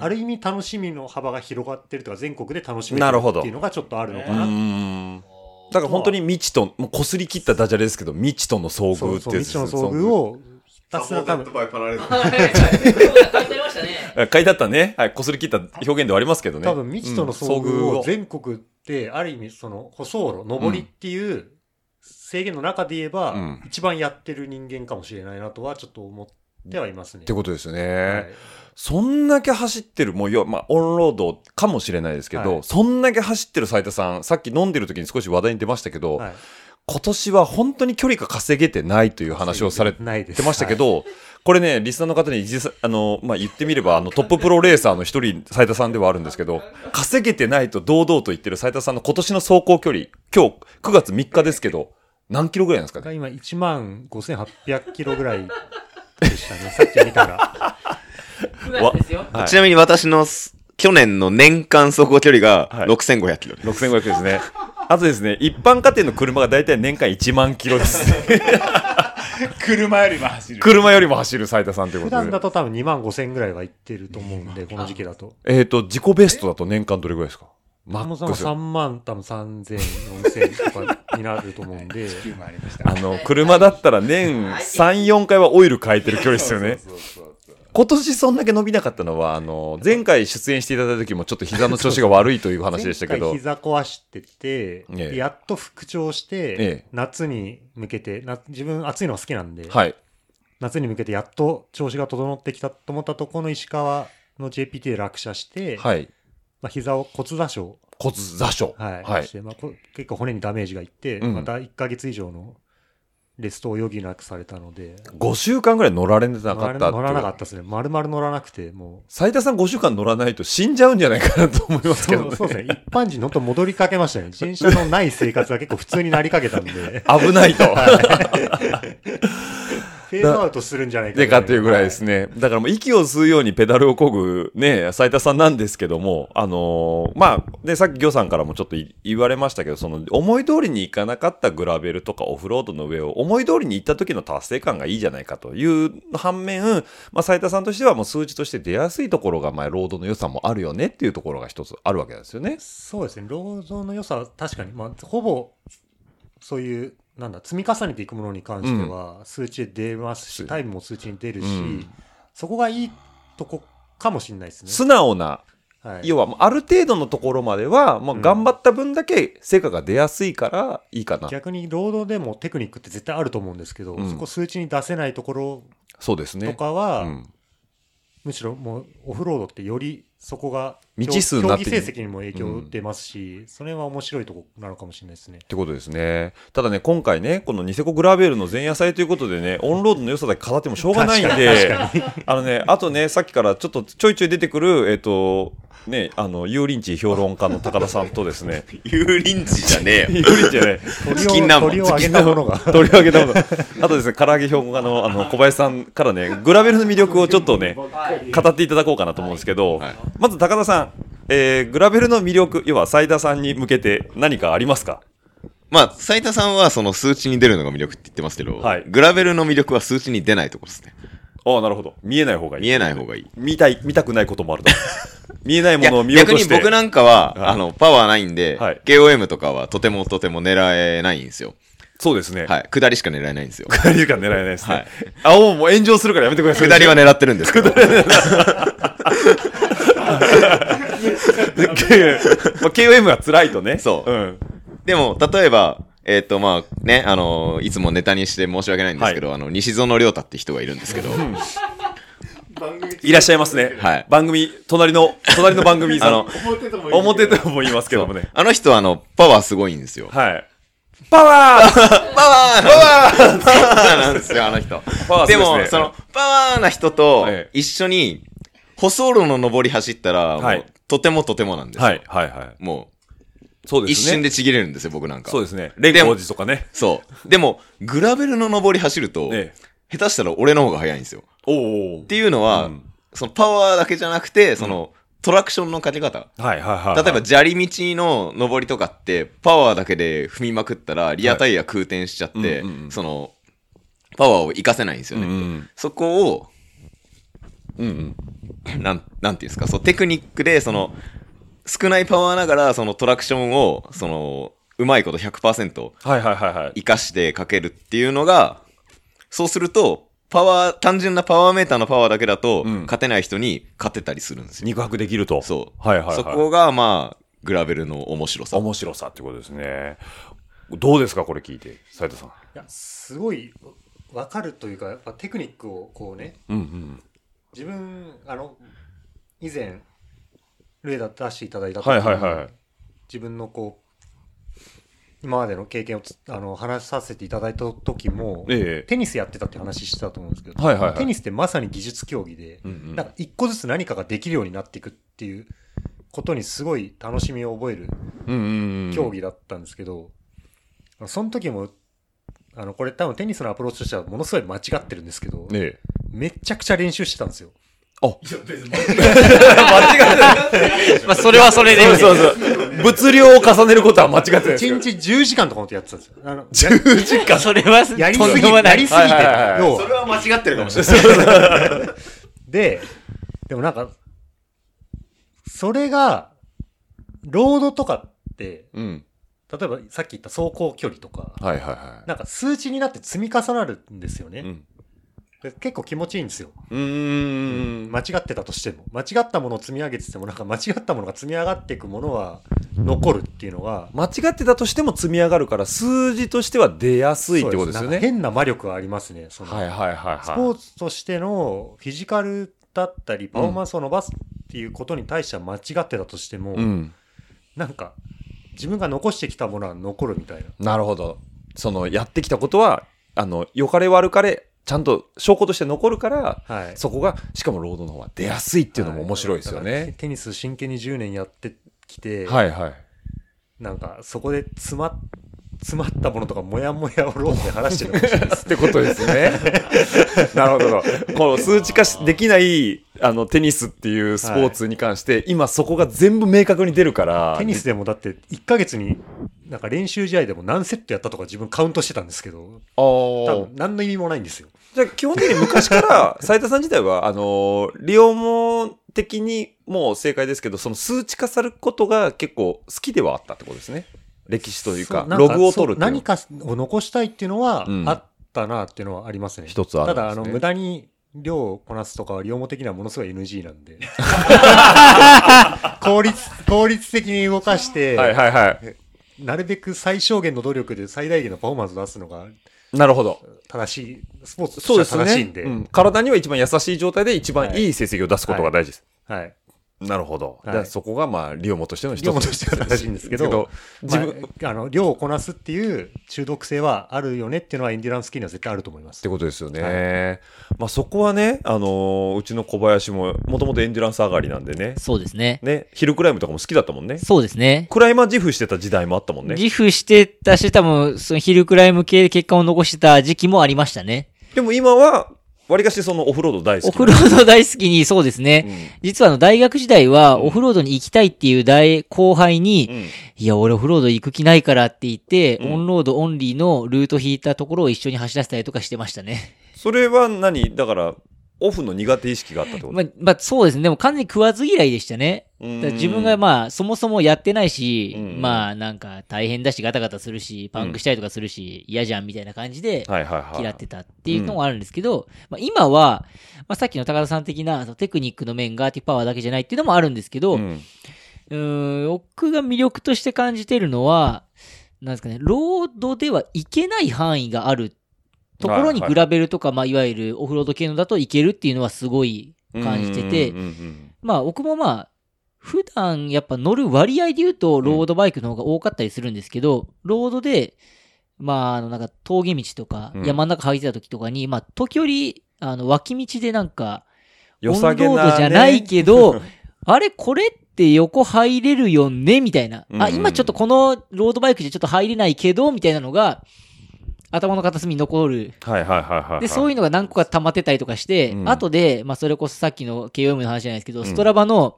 S6: ある意味楽しみの幅が広がってるとか、全国で楽しめて
S2: な
S6: る
S2: るほど
S6: っていうのがちょっとあるのか
S2: う
S6: な。
S2: んだから本当に未知と、もう擦り切ったダジャレですけど、未知との遭
S6: そ
S2: 遇
S6: う
S2: って
S6: そう、
S2: や
S6: 未
S2: つ
S6: 知の遭遇をひたすら多分、
S3: 分。
S2: あ書いてあったね。はい、擦り切った表現ではありますけどね。
S6: 多分未知との
S2: う
S6: 遭
S2: ん
S6: 遇を全国ってある意味その舗装路上りっていう制限の中で言えば、
S2: うん
S6: 一番やってる人間かもしれないなとはちょっと思ってはいますね。
S2: ってことですよね。
S6: はい
S2: そんだけ走ってる、もうよ、まあ、オンロードかもしれないですけど、
S6: はい
S2: そんだけ走ってる斉田さん、さっき飲んでる時に少し話題に出ましたけど、
S6: はい
S2: 今年は本当に距離が稼げてないという話をされて
S6: ないです
S2: ましたけど、これね、リスナーの方に実際あの、まあ、言ってみればあのトッププロレーサーの一人、斉田さんではあるんですけど、稼げてないと堂々と言ってる斉田さんの今年の走行距離、今日9月3日ですけど、何キロぐらいなんですかね
S6: が今1万5800キロぐらいでしたね、 さっき見たら。
S11: ですよ。
S2: はい
S4: ちなみに私のす去年の年間走行距離が
S2: はい
S4: 6500キロです。
S2: 6500ですね。あとですね、一般家庭の車が大体年間1万キロですね。
S8: 車よりも走る。
S2: 車よりも走る斉田さんというこ
S6: 普
S2: と
S6: 段
S2: で
S6: だ。と多分2万5000ぐらいは行ってると思うんで、この時期だと。
S2: えっ、と、自己ベストだと年間どれぐらいですかマ
S6: あもう
S2: ッ
S6: そ
S2: ク
S6: の
S2: ス。
S6: 3
S2: あ
S6: 万多分3000、4000とかになると思うんで、
S8: 車もありました。
S2: の、車だったら年3、4回はオイル変えてる距離ですよね。今年そんだけ伸びなかったのは、あの、前回出演していただいた時もちょっと膝の調子が悪いという話でしたけ
S6: 前
S2: ど
S6: 回、膝壊してて、
S2: ええ
S6: やっと復調して、
S2: ええ
S6: 夏に向けてな自分暑いのが好きなんで、
S2: はい。
S6: 夏に向けてやっと調子が整ってきたと思ったところの石川の JPT で落車して、
S2: はい。
S6: まあ膝を骨挫傷、
S2: 骨座所。
S6: はい
S2: はい
S6: し。てまあ、こ結構骨にダメージがいって、
S2: うん
S6: また1ヶ月以上のレストを余儀なくされたので
S2: 5週間ぐらい乗られてなか
S6: 乗ら
S2: っ
S6: れ
S2: たっていう
S6: 乗らなかったですね丸々乗らなくても
S2: 斉田さん5週間乗らないと死んじゃうんじゃないかなと思いま
S6: う
S2: すけ
S6: そ
S2: ど
S6: う
S2: ね。
S6: そうですね一般人のと戻りかけましたね自転車のない生活が結構普通になりか けたんで
S2: 危ない と。
S6: フェードアウトするんじゃないか
S2: でかっていうぐらいで
S6: は
S2: すね。だからもう息を吸うようにペダルをこぐね、斉田さんなんですけども、あのーまあ、で、さっき魚さんからもちょっとい言われましたけど、その思い通りにいかなかったグラベルとかオフロードの上を思い通りに行った時の達成感がいいじゃないかという反面、まあ、斉田さんとしてはもう数値として出やすいところが、まあ、ロードの良さもあるよねっていうところが一つあるわけなんですよね。
S6: そうですね労働の良さは確かに、まあ、ほぼそういうなんだ積み重ねていくものに関しては数値で出ますし、
S2: そう
S6: タイムも数値に出るし、
S2: うん
S6: そこがいいとこかもしれないですね。
S2: 素直な
S6: はい
S2: 要はもうある程度のところまでは、まあ、
S6: うん
S2: 頑張った分だけ成果が出やすいからいいかな、
S6: 逆に労働でもテクニックって絶対あると思うんですけど、
S2: うん
S6: そこ数値に出せないところ
S2: そうです
S6: と
S2: ね、
S6: かは、
S2: うん
S6: むしろもうオフロードってよりそこが
S2: 未知数になって
S6: 競技成績にも影響出ますし、それは面白いとこなのかもしれないで すね。
S2: ってことですねただね今回ねこのニセコグラベルの前夜祭ということでねオンロードの良さだけ語ってもしょうがないんであのねあとねさっきからちょっとちょいちょい出てくるえっ、とねあの油淋鶏評論家の高田さんとです ね
S4: 油淋鶏じゃねえよ。
S2: 油淋鶏じゃない
S6: 鳥
S4: チキン
S6: を
S4: 南蛮
S6: 鳥を揚げたもの が
S2: 取り上げたもの。あとですね、唐揚げ評論家のあの小林さんからね、グラベルの魅力をちょっとね、語っていただこうかなと思うんですけど、
S4: はい
S2: まず高田さん、えーグラベルの魅力、要は斉田さんに向けて何かありますか
S4: まあ、斉田さんはその数値に出るのが魅力って言ってますけど、
S2: はい
S4: グラベルの魅力は数値に出ないところですね。
S2: ああ、なるほど。見えない方がいい。
S4: 見えない方がいい。
S2: 見たい、見たくないこともある と。見えない
S4: い
S2: も
S4: や
S2: のを見落
S4: 逆
S2: と
S4: に
S2: して。
S4: 僕なんか
S2: は
S4: は、
S2: い
S4: あの、パワーないんで、
S2: はい
S4: KOM とかはとてもとても狙えないんですよ。
S2: そうですね。
S4: はい。下りしか狙えないんで すよ。
S2: 下りしか狙えないですね。
S4: はい
S2: あ、もうもう炎上するからやめてください。
S4: 下りは狙ってるんですけど。
S2: まあ KOM が辛いとね。
S4: そう
S2: うん。
S4: でも、例えば、えっ、と、まあね、あのいつもネタにして申し訳ないんですけど、あの、西園亮太って人がいるんですけ ど、
S2: いらっしゃいますね。
S4: はい
S2: 番組、隣の、隣の番組さん。
S4: あ の
S2: 表とも言いますけどもね。
S4: あの人はあの、パワーすごい んですよ。
S2: はい。パワー
S4: パワーパワーパワーなん ですよ、あの人。
S2: パワーす
S4: で
S2: ごい
S4: も、
S2: です
S4: そ
S2: ね
S4: の、パワーな人と
S2: え
S4: 一緒に、舗装路の上り走ったら、
S2: はい
S4: もう、とてもとてもなんですよ。
S2: はい、はい、はい。
S4: も
S2: そう
S4: う、
S2: で
S4: 一
S2: すね。
S4: 瞬でちぎれるんですよ、僕なんか。
S2: そうですね。レンコージとかね。
S4: そう。でも、グラベルの上り走ると、
S2: ええ
S4: 下手したら俺の方が速いんですよ。
S2: おうおう
S4: っていうのは、
S2: うん
S4: そのパワーだけじゃなくて、その、トラクションのかけ方。
S2: はい、はい、はい。
S4: 例えば、、砂利道の上りとかって、パワーだけで踏みまくったら、リアタイヤ空転しちゃって、
S2: はいうんうんうん
S4: その、パワーを活かせないんですよ
S2: うん
S4: ね。
S2: うん。
S4: そこを、
S2: うんうん。
S4: なん、なんていうんですか、そう、テクニックで、その、少ないパワーながら、そのトラクションを、その、うまいこと100%
S2: はい、はい、はい、はい。
S4: 活かしてかけるっていうのが、そうすると、パワー、単純なパワーメーターのパワーだけだと、
S2: うん
S4: 勝てない人に勝てたりするんですよ。
S2: 肉薄できると。
S4: そう。
S2: はい、はい、はい。
S4: そこが、まあ、グラベルの面白さ。
S2: 面白さってことですね。どうですかこれ聞いて斉藤さん
S6: いやすごい分かるというかやっぱテクニックをこうね
S2: うんうん
S6: 自分あの以前例だ出していただいた時
S2: は
S6: に
S2: いはいはい
S6: 自分のこう今までの経験をつあの話させていただいた時も、
S2: ええ
S6: テニスやってたって話してたと思うんですけど、
S2: はいはいはい
S6: テニスってまさに技術競技で、
S2: うんうん
S6: なんか一個ずつ何かができるようになっていくっていうことにすごい楽しみを覚える
S2: うんうんうん
S6: 競技だったんですけど、その時もあのこれ多分テニスのアプローチとしてはものすごい間違ってるんですけど、
S2: ええ
S6: めちゃくちゃ練習してたんですよ。
S7: まあ、それはそれで。
S2: そうそうそう物量を重ねることは間違ってないです
S6: 1日10時間とかもやってたんですよ。あの
S7: それは、
S6: やりすぎ
S7: とんでもな
S6: や
S7: い
S6: りすぎて、
S2: はいはいはいはい
S6: 要は
S12: それは間違ってるかもしれない。
S6: で、でもなんか、それが、ロードとかって、
S2: うん
S6: 例えばさっき言った走行距離とか、
S2: はいはいは
S6: なんか数値になって積み重なるんですよね。
S2: いうん
S6: で結構気持ちいいんですよ。
S2: うーん
S6: 間違ってたとしても。間違ったものを積み上げてても、なんか間違ったものが積み上がっていくものは残るっていうのは、
S2: 間違ってたとしても積み上がるから数字としては出やすいってことですよ
S6: なんか
S2: ね
S6: 変な魔力はありますね。その
S2: はいはいはい
S6: スポ
S2: は
S6: ーツとしてのフィジカルだったり、パフォーマンスを伸ばすっていうことに対しては間違ってたとしても、
S2: いうん
S6: なんか、自分が残してきたものは残るみたいな。
S2: なるほど。そのやってきたことは、あの、良かれ悪かれ、ちゃんと証拠として残るから、
S6: はい。
S2: そこが、しかも労働の方が出やすいっていうのも面白いですよ
S6: はい
S2: ね。
S6: テニス真剣に10年やってきて、
S2: はいはい。
S6: なんか、そこで詰まっ、詰まったものとか、もやもやをローンで話してるかもしれないです。
S2: ってことですね。 なるほど。この数値化しできない、あの、テニスっていうスポーツに関して、今そこが全部明確に出るから、
S6: テニスでもだって、1ヶ月に、なんか練習試合でも何セットやったとか自分カウントしてたんですけど、
S2: あー
S6: 多分何の意味もないんですよ。
S2: じゃあ基本的に昔 から、斉田さん自体は、あのー、利用も的にもう正解ですけど、その数値化されることが結構好きではあったってことですね。歴史というか、
S6: そなん
S2: ログを取る
S6: そう
S2: っていうの
S6: 何かを残したいっていうのは
S2: うん
S6: あったなっていうのはありますね。
S2: 一つあるん
S6: た
S2: ですね
S6: だ、あの、無駄に量をこなすとかは、量も的にはものすごい NG なん で。効率、効率的に動かして、
S2: はいはいはい。
S6: なるべく最小限の努力で最大限のパフォーマンスを出すのが
S2: なるほど。
S6: 正しい、スポーツ
S2: そう
S6: と
S2: で
S6: して
S2: す
S6: は
S2: ね。
S6: 正しいんで。
S2: うん体には一番優しい状態で一番いい成績を出すことが大事です。
S6: はい。
S2: なるほど。
S6: はい
S2: だからそこが、まあ、利用もとしての一つ。
S6: 量もとしては正しいんですけ ど、
S2: 自
S6: 自
S2: 分、
S6: 分、あ、の、量をこなすっていう中毒性はあるよねっていうのはエンデュランスキーには絶対あると思いま
S2: っ
S6: す
S2: て。ことですよね。まあそこはね、あのーうちの小林も、もともとエンデュランス上がりなんでね、
S7: そうですね。
S2: ね、ヒルクライムとかも好きだったもんね。
S7: そうですね。
S2: クライマー自負してた時代もあったもんね。
S7: 自負してたし、多分、そのヒルクライム系で結果を残してた時期もありましたね。
S2: でも今は、わりかしそのオフロード大好
S7: オ
S2: き。
S7: フロード大好きに、そうですね。実はあの大学時代はオフロードに行きたいっていう大後輩に、
S2: うん
S7: いや、俺オフロード行く気ないからって言って、オンロードオンリーのルート引いたところを一緒に走らせたりとかしてましたね。
S2: それは何だから、オフの苦手意識があったってこと、
S7: まあ、まあ、そうですね。でも完全に食わず嫌いでしたね。
S2: うん
S7: だから自分がまあ、そもそもやってないし、
S2: うん
S7: まあ、なんか大変だし、ガタガタするし、パンクしたりとかするし、嫌じゃんみたいな感じで、
S2: はいはいはい。
S7: 嫌ってたっていうのもあるんですけど、まあ、今は、まあ、さっきの高田さん的なそのテクニックの面がティパワーだけじゃないっていうのもあるんですけど、う、
S2: うんん
S7: ん僕が魅力として感じてるのは、なんですかね、ロードではいけない範囲があるところに
S2: はいはい
S7: グラベルとか、いまあ、いわゆるオフロード系のだといけるっていうのはすごい感じてて、
S2: うんうんうん
S7: まあ僕もまあ、普段やっぱ乗る割合で言うと、ロードバイクの方が多かったりするんですけど、ロードで、まあ、あの、なんか峠道とか
S2: う、ん
S7: 山の中入ってた時とかに、まあ、時折、あの、脇道でなんか、オ
S2: 良
S7: ンロ
S2: さげなね
S7: ードじゃないけど、 あれ、これって横入れるよね、みたいな。あ、
S2: うん
S7: 今ちょっとこのロードバイクじゃちょっと入れないけど、みたいなのが、頭の片隅に残る
S2: はいはいはいはいはい。
S7: で、そういうのが何個か溜まってたりとかして、
S2: うん
S7: 後で、まあ、それこそさっきの KOM の話じゃないですけど、
S2: ん
S7: ストラバの、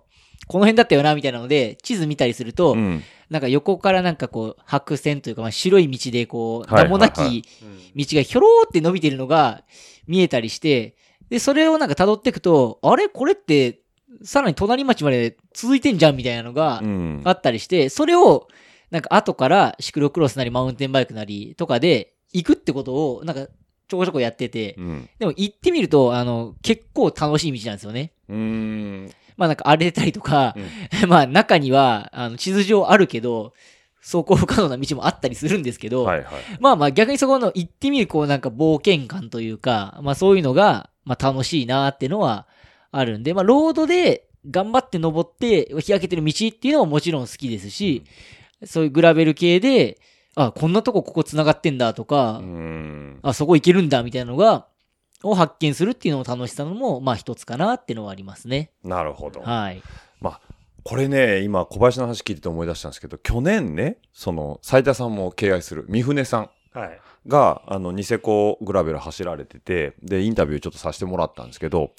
S7: この辺だったよな、みたいなので、地図見たりすると、
S2: うん
S7: なんか横からなんかこう、白線というか、まあ、白い道でこう、
S2: はい
S7: 名もなき道がひょろーって伸びてるのが見えたりして、で、それをなんか辿っていくと、あれこれって、さらに隣町まで続いてんじゃんみたいなのが
S2: うん
S7: あったりして、それを、なんか後からシクロクロスなりマウンテンバイクなりとかで行くってことを、なんかちょこちょこやってて、
S2: うん
S7: でも行ってみると、あの、結構楽しい道なんですよね。
S2: うん
S7: まあなんか荒れたりとか、まあ中には、あの、地図上あるけど、走行不可能な道もあったりするんですけど、
S2: はいはい。
S7: まあまあ逆にそこの行ってみるこうなんか冒険感というか、まあそういうのがまあ楽しいなーってのはあるんで、まあロードで頑張って登って日焼けてる道っていうのももちろん好きですし、そういうグラベル系で、あ、こんなとこここ繋がってんだとか、
S2: うん。
S7: あ、そこ行けるんだみたいなのが、を発見するっていうのも楽しさのも、まあ一つかなっていうのはありますね。
S2: なるほど。
S7: はい。
S2: これね、今、小林の話聞いてて思い出したんですけど、去年ね、その、斉田さんも敬愛する、三船さん
S6: はい。
S2: が、あの、ニセコグラベル走られてて、で、インタビューちょっとさせてもらったんですけど、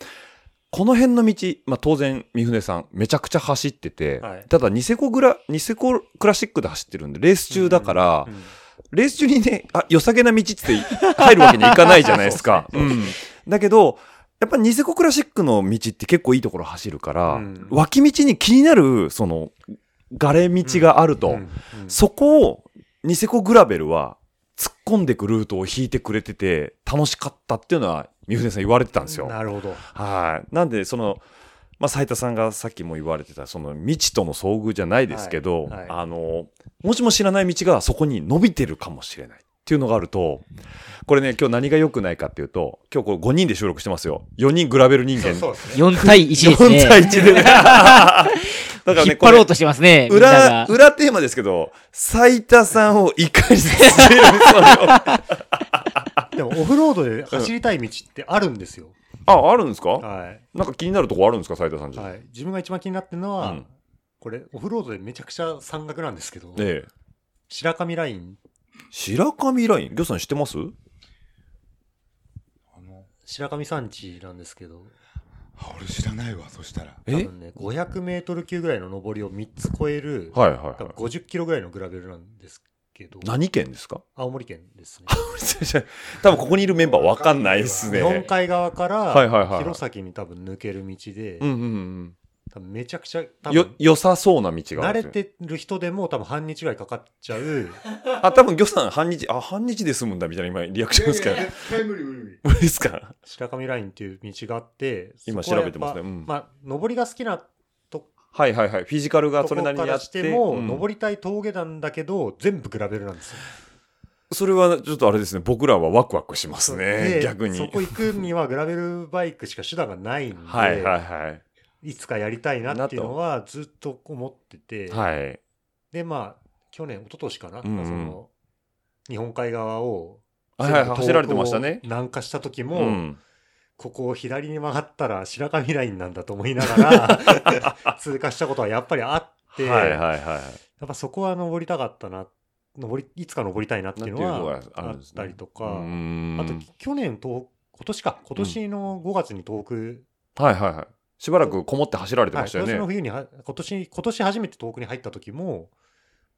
S2: この辺の道、まあ、当然、三船さん、めちゃくちゃ走ってて、
S6: はい
S2: ただ、ニセコグラ、ニセコクラシックで走ってるんで、レース中だから、
S6: うん
S2: レース中にね、あ、良さげな道って入るわけにいかないじゃないです か。うん。だけど、やっぱニセコクラシックの道って結構いいところ走るから、
S6: うん
S2: 脇道に気になる、その、枯れ道があると、
S6: うんうん
S2: そこをニセコグラベルは突っ込んでくルートを引いてくれてて、楽しかったっていうのは、三船さん言われてたんですよ。
S6: なるほど。
S2: はい。なんで、その、まあ、斉田さんがさっきも言われてた、その未知との遭遇じゃないですけど、
S6: はいはい
S2: あの、もしも知らない道がそこに伸びてるかもしれないっていうのがあると、これね、今日何が良くないかっていうと、今日これ5人で収録してますよ。4人グラベル人間。
S6: そうですね。
S7: 4対1ですね。
S2: 4対1でね。だ から
S7: 引っ
S2: ね、
S7: 張
S2: こ
S7: ろう
S2: れ、
S7: としてますね。みんな
S2: 裏、
S7: が。
S2: 裏テーマですけど、斉田さんをいかに伝え るか
S6: でもオフロードで走りたい道ってあるんですよ。
S2: あ、あるんですか
S6: はい。
S2: なんか気になるとこあるんですか斉田さんじゃ。
S6: はい、自分が一番気になってるのは、
S2: うん
S6: これオフロードでめちゃくちゃ山岳なんですけど、
S2: ええ。
S6: 白神ライン
S2: 白神ライン、魚さん知ってます
S6: 白神山地なんですけど
S8: あ俺知らないわそしたら
S6: 多分ね 500m 級ぐらいの上りを3つ超える、
S2: はいはい
S6: 多
S2: は
S6: 分50キロぐらいのグラベルなんですけど
S2: い。何県ですか
S6: 青森県ですね
S2: 多分ここにいるメンバーわかんないです
S6: 日
S2: ね。
S6: 本海側か
S2: はいはいはいは
S6: ら
S2: い
S6: 弘前に多分抜ける道で、
S2: うんうん
S6: 多分めちゃくちゃ
S2: う
S6: 多
S2: ん。よ
S6: 分、
S2: 良さそうな道があ
S6: 慣
S2: るんで
S6: れ
S2: すよ。
S6: てる人でも多分半日ぐらいかかっちゃう
S2: あ、多分魚さん半日、あ、半日で済むんだみたいな今リアクションですけど。
S8: いやいや絶対無理無理無理
S2: 無理ですか
S6: 白神ラインっていう道があって
S2: 今
S6: そこはやっ
S2: 調べて
S6: ぱ
S2: ますねうん
S6: まあ登りが好きなと
S2: はいはいはい。フィジカルが
S6: と
S2: そ
S6: こ
S2: れなり
S6: か
S2: にや
S6: ら
S2: っ
S6: して
S2: て。
S6: も、
S2: うん
S6: 登りたい峠なんだけど全部グラベルなんですよ。
S2: それはちょっとあれですね、僕らはワクワクしますね
S6: で。
S2: 逆
S6: そ
S2: に。
S6: こ行くにはグラベルバイクしか手段がないんで、
S2: はいはいはい。
S6: い、つかやりたいなっていうのはずっと思ってて、
S2: はい。
S6: でまあ去年一昨年かな、
S2: うんうん
S6: その日本海側を
S2: はいはい
S6: 全部
S2: 走られてましたね
S6: 東北を南下した時も、
S2: うん。
S6: ここを左に曲がったら白神ラインなんだと思いながら 通過したことはやっぱりあって、
S2: はいはいはい。
S6: やっぱそこは登りたかったな登りいつか登りたいなっていうの
S2: な
S6: は
S2: んていうのがあ
S6: あ
S2: るん
S6: っ
S2: ですね
S6: たりと
S2: う
S6: か、
S2: ん
S6: あと去年と今年か今年の5月に東北、
S2: はいはいはい。しばらくこもって走られて
S6: は
S2: ま
S6: い
S2: した
S6: 今
S2: よ
S6: 年
S2: ね。
S6: の
S2: はい
S6: 冬には今年今年初めて東北に入った時も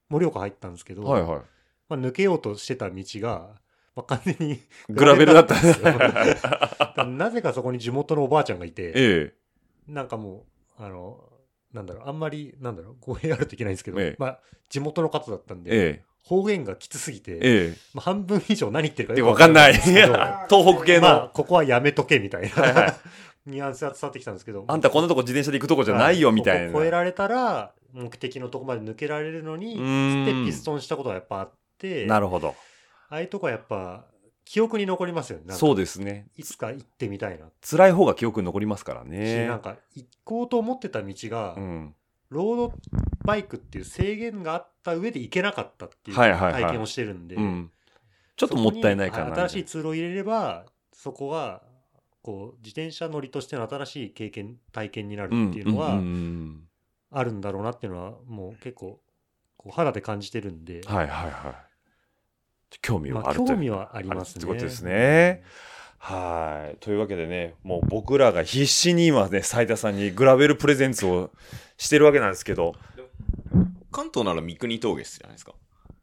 S6: 盛岡入ったんですけど、
S2: は
S6: まあ、抜けようとしてた道が、まあ、完全 に
S2: い。グラベルだった。
S6: んですよなぜかそこに地元のおばあちゃんがいて、
S2: え
S6: なんかもう、あの、なんだろう、あんまり、なんだろう、語弊あるといけないんですけど、
S2: ええ
S6: まあ、地元の方だったん
S2: え。
S6: で、
S2: え
S6: 方言がきつすぎて、
S2: え。え
S6: まあ、半分以上何言ってるか
S2: え。
S6: よく
S2: わかんない。
S6: んですけどま
S2: 東北系
S6: あ
S2: の。、
S6: ここはやめとけみたい
S2: はいはい
S6: な、ニュアンスが伝わってきたんですけど、
S2: あんたこんなとこ自転車で行くとこじゃないよみたいな。
S6: ここ越えられたら、目的のとこまで抜けられるのに、
S2: う
S6: つって
S2: ーん
S6: ピストンしたことはやっぱあって、
S2: なるほど。
S6: ああいうとこはやっぱ、記憶に残りますよね。なんか
S2: そうですね。
S6: いつか行ってみたいなって
S2: 辛い方が記憶に残りますから
S6: し、
S2: ね
S6: なん。か、行こうと思ってた道が
S2: う、ん。
S6: ロードバイクっていう制限があった上で行けなかったっていう
S2: はいはいはい
S6: 体験をしてるんで、
S2: うん。ちょっともったいないか
S6: そこ
S2: な。
S6: に新しいツールを入れれば、そこは、こう、自転車乗りとしての新しい経験、体験になるっていうの
S2: ん
S6: は
S2: ん、ん
S6: あるんだろうなっていうのは、もう結構、こう肌で感じてるんで、
S2: うんはいはいはい。興味
S6: ま
S2: は
S6: あ、
S2: あるという
S6: 興味はあります
S2: ある
S6: ね。
S2: ということですね。はい。というわけでね、もう僕らが必死に今ね、斉田さんにグラベルプレゼンツをしてるわけなんですけど、
S4: 関東なら三国峠っすじゃないですか。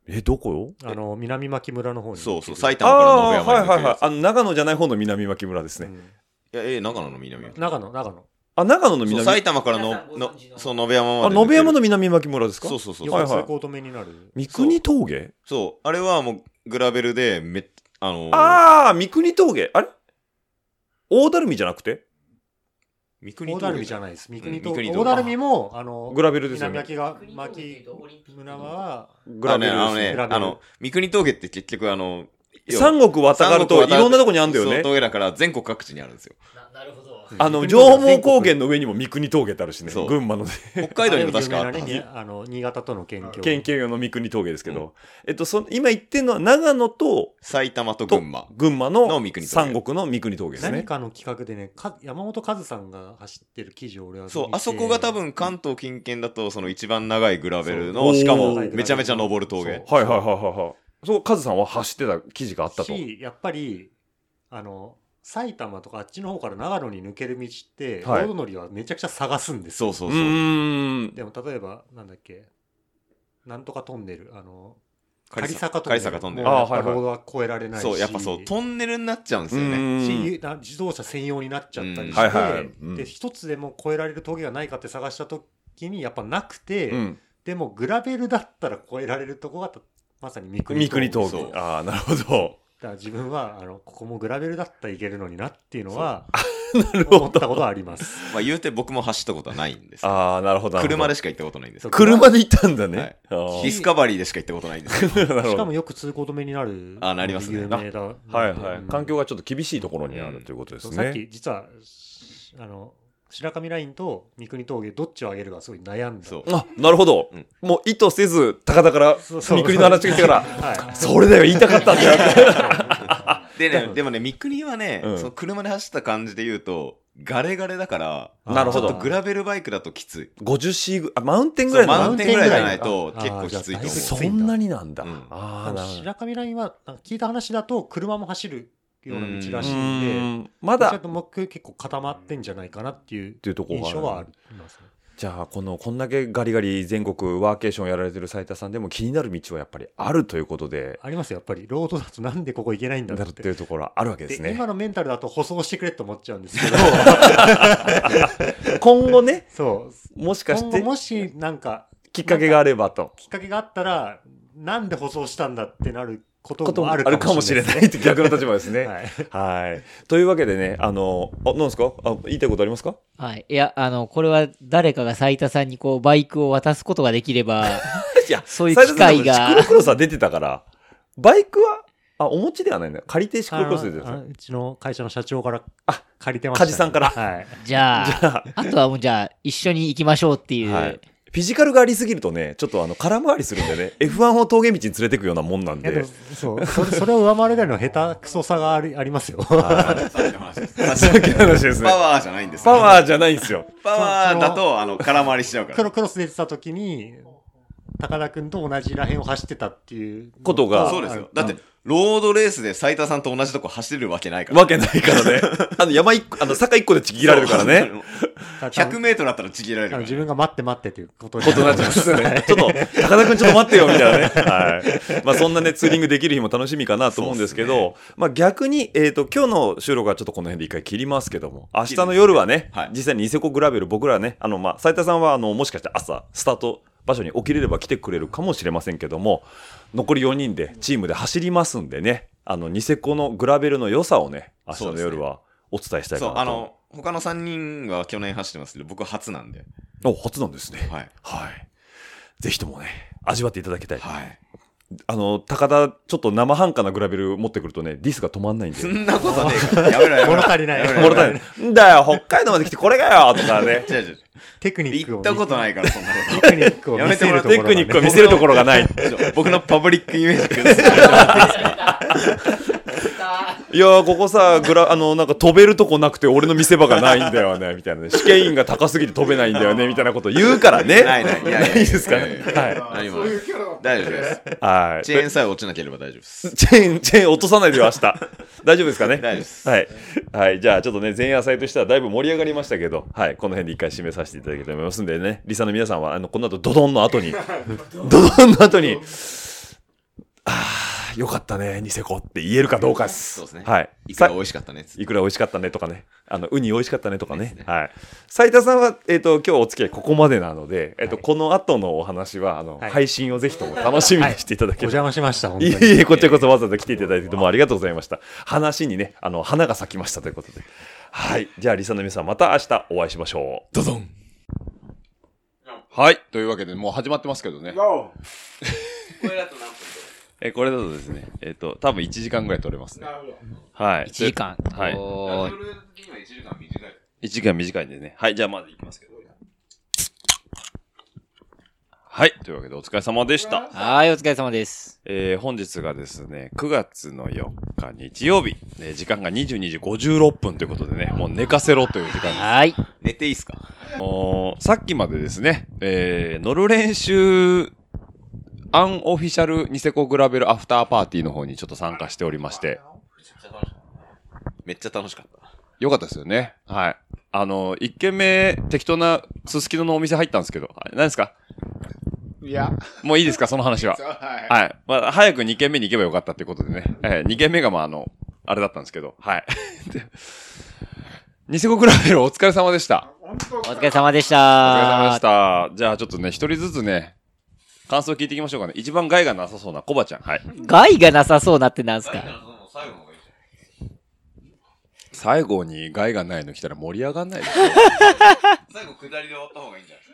S2: え、どこよ
S6: あの、南牧村の方に。
S4: そうそう、埼
S2: あ
S4: 玉から
S2: あ
S4: 名
S2: ー、
S4: 古
S2: は
S4: 屋
S2: い
S4: ま
S2: は
S4: で
S2: いはい
S4: 行け。る
S2: あの、長野じゃない方の南牧村です
S6: う
S2: ね。
S6: ん
S4: やつ。いや、ええ、長野の南は
S6: 長野、長野。
S2: あ、長野の
S4: そう
S2: 南
S4: 埼玉からの、のそう、延山ま
S2: あ、
S4: で抜ける。
S2: 延山の南牧村ですか
S4: そうそうそう。
S2: はい
S6: 横通行止めになる。
S2: 三国峠
S4: そう、あれはもう、グラベルで、めっ、あのー、
S2: ああ、三国峠。あれ大だるみじゃなくて
S4: 三
S6: 大
S4: 国
S6: だるみじゃ
S4: ん。
S6: ないです。三
S4: 国
S6: 国
S4: と
S6: と、大だるみも、あの、
S2: グラベルですよ
S6: 南
S2: ね。
S6: 焼きが、巻き、村は、
S2: グラ
S4: あ
S2: ベルで
S4: のね、あの
S2: すね。
S4: ね、
S6: グラベル
S4: あの、三国峠って結局あの、要は
S2: 三国渡るといろんなとこにあるんだよ
S4: そう
S2: ね。
S4: 峠だから全国各地にある んですよ。
S7: なるほど。
S2: あの、上毛高原の上にも三国峠ってあるしね。
S4: そう
S2: 群馬のね。
S4: 北海道にも確かあ
S6: あ
S4: っ
S6: れ
S4: たは
S6: 有名
S4: ず
S6: なね。あの、新潟との県境。
S2: 県警用の三国峠ですけど。えっと、その今言ってるのは長野と、
S4: 埼玉と
S2: と
S4: 群馬。
S2: 群馬
S4: の
S2: の
S4: 三国峠
S2: 三国の三国峠です
S6: 何
S2: ね。
S6: かの企画でね、か山本和さんが走ってる記事を俺は見て
S4: そう、あそこが多、分関東近県だとその一番長いグラベル
S2: そう
S4: の、しかも
S2: おー
S4: めちゃめちゃ登る峠。
S2: はいはいはいはいはい。そう、カズさんは走ってた記事があったと。
S6: し、やっぱり、あの、埼玉とかあっちの方から長野に抜ける道って、ロ
S2: はい
S6: ード乗りはめちゃくちゃ探すんです
S4: そうそう
S2: う
S4: そう。
S2: ーん。
S6: でも例えば、なんだっけ、なんとかトンネル、あの、
S4: 仮
S6: 仮
S4: 坂
S6: 坂
S4: ト
S6: ト
S4: ン
S6: ン
S4: ネ
S6: ネ
S4: ル
S6: ル。
S2: ああ
S6: もうやっぱロードは越えられないし。
S4: そう、やっぱそう、トンネルになっちゃうんですよ
S2: う
S4: ね。
S2: ーん
S6: しな自動車専用になっちゃったり
S2: うん
S6: して、
S2: はいはいうん
S6: で一つでも越えられる峠がないかって探した時にやっぱなくて、
S2: うん。
S6: でもグラベルだったら越えられるとこがたまさに三国
S2: 三国
S6: そう
S2: 峠。
S6: だか
S2: ああ、なるほど。
S6: ら自分はあのここもグラベルだったらいけるのになっていう のは
S2: ど
S6: 思ったことはあります。
S4: まあ言うて僕も走ったことはないんですけど。
S2: ああ、なるほど。
S4: 車で
S2: し
S4: しか行ったことないんです
S6: そう
S2: 車で行ったんだ
S4: は
S2: ね
S4: い。
S2: あー
S4: ディスカバリーでしか行ったことないんですけど。
S2: なるほ
S6: し
S2: ど
S6: かもよく通行止めになる
S4: あなりますね
S6: 有名だ
S2: はいはい、
S6: うん
S2: 環境がちょっと厳しいところにあるということです
S6: そ
S2: ね。
S6: うさっき実はしあの白神ラインと三国峠どっちを上げるかすごい悩んだ
S4: そう。
S2: あなるほど、
S4: うん
S2: もう意図せず、高田から
S6: そうそう
S2: 三国の話が来たから、
S6: はい
S2: それだよ、言いたかったんだよ。
S4: でね、でもね、三国はね、
S2: うん
S4: その車で走った感じで言うと、ガレガレだから、
S2: なるほど
S4: ちょっとグラベルバイクだときつい。
S2: 50C ぐあ、マウンテンぐらいの
S4: マ
S2: な
S4: ウ
S2: の
S4: ンテンぐらいじゃないと結構きついと思う。
S6: あーじゃあだいぶ
S2: そんなになんだ。
S4: うん
S2: ああ、なるほど
S6: 白神ラインはなんか聞いた話だと車も走るような道らし
S2: う
S6: いんで
S2: ーん。ま
S6: どち
S2: だ
S6: らかというと目標結構固まってんじゃないかなっていう
S2: ていうところがある
S6: 印象はありますね
S2: じゃあこのこんだけガリガリ全国ワーケーションやられてる斉田さんでも気になる道はやっぱりあるということで
S6: ありますよやっぱりロードだとなんでここ行けないんだ
S2: だ
S6: ろう
S2: っ
S6: ってて
S2: いうところはあるわけです
S6: で
S2: ね
S6: 今のメンタルだと舗装してくれって思っちゃうんですけど
S2: 今後ね
S6: そう
S2: もしかし
S6: 今後
S2: て
S6: もしなんか
S2: きっかけがあればと
S6: きっかけがあったらなんで舗装したんだってなること
S2: ことも
S6: も
S2: あ
S6: あ
S2: る
S6: る
S2: か
S6: か
S2: も
S6: も
S2: し
S6: し
S2: れ
S6: れ
S2: な
S6: ないい
S2: って逆の立場ですね
S6: はい
S2: はい。というわけでね、あの、あ、なんですかあ、言いたいことありますか
S7: はい。いや、あの、これは誰かが斉田さんにこう、バイクを渡すことができれば、
S2: いや、
S7: そういう機会が
S2: シクロクロスは出てたから、バイクは、あ、お持ちではないんだ。借りてシクロクロスで出て
S6: あのあ
S2: た。
S6: のうちの会社の社長から
S2: あ
S6: 借りてました、
S2: 梶さんから
S6: はい
S7: じゃあ、
S2: じゃ
S7: あとはもうじゃあ、一緒に行きましょうっていう。
S2: はい。フィジカルがありすぎるとね、ちょっとあの、空回りするんでね、F1 を峠道に連れてくようなもんなん
S6: いやでも
S2: で。
S6: そうそれそ れを上回るぐらいの下手くそさがありありますよ。
S2: さっきの話ですね
S4: パ。ワーじゃないんです
S2: パ
S4: よ
S2: ワーじゃないんですよ。
S4: パワーだと、あの、空回りしちゃうか
S6: ク
S4: ら。
S6: ロクロス出てた時に高田君と同じらへんを走ってたっていう
S2: ことが
S4: そうですよ。だって、ロードレースで斉田さんと同じとこ走れるわけないから。
S2: わけないからね。 あの、山一個、あの、坂一個でちぎられるからね。
S4: 100メートルあったらちぎられる
S6: あ
S4: から
S6: の自
S4: ね。
S6: 分が待って待ってということ
S2: ことになっちゃいますよね。ちょっと、高田くんちょっと待ってよ、みたいなね。 はい。まあそんなね、ツーリングできる日も楽しみかなと思うんですけど、まあ逆に、えっ、と、今日の収録はちょっとこの辺で一回切りますけども、明日の夜はね、
S4: はい
S2: 実際にニセコグラベル、僕らね、あの、まあ、斉田さんは、あの、もしかしたら朝、スタート、場所に起きれれば来てくれるかもしれませんけども、残り4人で、チームで走りますんでね、あの、ニセコのグラベルの良さをね、明日の夜はお伝えしたいか
S4: そう、
S2: な
S4: あ
S2: と。
S4: の、他の3人は去年走ってますけど、僕は初なんで。
S2: お、初なんですね。
S4: はい。
S2: はい。ぜひともね、味わっていただきたい。
S4: はい。
S2: あの、高田、ちょっと生半可なグラベル持ってくるとね、ディスが止まんないんで
S4: そ。んなことねえから。やめろやめろ。
S6: 物足りない
S4: やめ
S2: も
S4: ろや
S2: ろ
S4: めろ
S2: たいんだよ、北海道まで来てこれがよとかね。
S4: 違う違う
S6: テクニック
S4: 行
S6: を
S4: ったことないから、そんなこと。
S6: テクニックを見せるところ
S2: テ
S6: が
S2: クニ
S6: ね
S2: ックを見せるところがない。
S4: 僕のパブリックイメージ崩すの
S2: いやー、ここさ、グラ、あの、なんか飛べるとこなくて俺の見せ場がないんだよね、みたいなね。試験員が高すぎて飛べないんだよね、みたいなこと言うからね。
S4: ないないややや
S2: ないですかね。は
S4: 何も
S13: そういうキャラだった
S4: 大丈夫です。
S2: い。はい。
S4: チェーンさえ落ちなければ大丈夫です。
S2: チェーン、チェーン落とさないでよ、明 日。大丈夫ですかね
S4: 大丈夫です
S2: はい。はい。じゃあ、ちょっとね、前夜祭としてはだいぶ盛り上がりましたけど、はい。この辺で一回締めさせていただきたいと思いますんでね、リサの皆さん は、あの、この後、ドドンの後に、ドドンの後に、あー
S14: よかったね、ニセコって言えるかどうかです。
S4: そうですね
S14: はい。
S4: いくら
S14: さ
S4: 美味しかったね。
S14: いくら美味しかったねとかね、あのウニ美味しかったねとかね
S4: ですね、
S14: はい。斉田さんは、えっ、と、今日お付き合いここまでなので、えっ、と、この後のお話は、あの、
S6: はい
S14: 配信をぜひとも楽しみにしていただ
S6: お
S14: ければ。
S6: 邪魔しました、本当
S14: い
S6: に。
S14: えいえ、こちらこそわざわざ来ていただいて、どうもありがとうございました。話にね、あの、花が咲きましたということで。はい。じゃあ、リサの皆さん、また明日お会いしましょう。
S15: ドドン
S2: はい。というわけで、もう始まってますけどね。 え、これだとですね、えっ、と、多分1時間ぐらい取れますね。はい。
S7: 1時間。
S2: はい
S7: おーい
S2: 1時間短いんでね。はい、じゃあまず行きますけど。はい、というわけでお疲れ様でした。
S7: はい、お疲れ様です。
S2: えー、本日がですね、9月の4日日曜日、えー時間が22時56分ということでね、もう寝かせろという時間です。
S7: はい。
S4: 寝ていいっすか
S2: あのーさっきまでですね、えー、乗る練習、アンオフィシャルニセコグラベルアフターパーティーの方にちょっと参加しておりまして、
S4: めっちゃ楽しかった。
S2: よかったですよね。はい。あの、一軒目、適当なすすきののお店入ったんですけど、あれ何ですか
S15: いや、
S2: もういいですか その話は。
S15: はい。
S2: はい。まあ、早く2軒目に行けばよかったってことでね。えー、2軒目が、まあ、あの、あれだったんですけど、はい。 でニセコグラベルお疲れ様でした。
S7: お疲れ様でした。
S2: お疲れ様でした。じゃあちょっとね、一人ずつね、感想聞いていきましょうかね。一番害がなさそうなコバちゃん。はい。
S7: 害がなさそうなってなんすか
S2: 最後に害がないの来たら盛り上がんないですよ
S4: 最後、下りで終わった方がいいんじゃない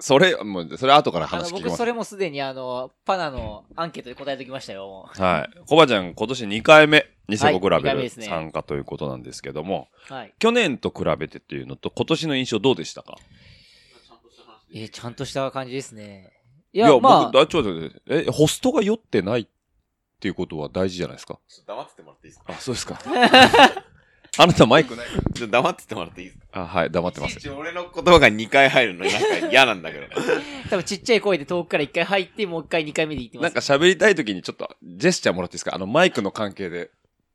S2: それ、もう、それ後から
S7: あの、
S2: 話聞き
S7: 僕
S2: ます
S7: そ。れもすでにあの、パナのアンケートで答えてきましたよ、も
S2: はい。コバちゃん、今年2回目、ニセコグラベ
S7: はい
S2: ル
S7: 二回目ですね
S2: 参加ということなんですけども、
S7: う。はい。
S2: 去年と比べてっていうのと、今年の印象どうでしたか
S7: えーちゃんとした感じですね。い
S2: い
S7: や、ま
S2: 僕
S7: あ、
S2: あ、ちょ、ちょ、ちょえ、ホストが酔ってないっていうことは大事じゃないですか。
S4: ちょっと黙っててもらっていいっすか
S2: あ、そうですか。 あなたマイクない
S4: ちょっと黙っててもらっていいっすか
S2: あ、はい、黙ってま
S4: いち
S2: す
S4: い。ち俺の言葉が2回入るのなんか嫌なんだけど。
S7: 多分ちっちゃい声で遠くから一回入って、もう一回二回目で行ってま
S2: なん
S7: す。
S2: か喋りたい時にちょっとジェスチャーもらっていいですかあの、マイクの関係で。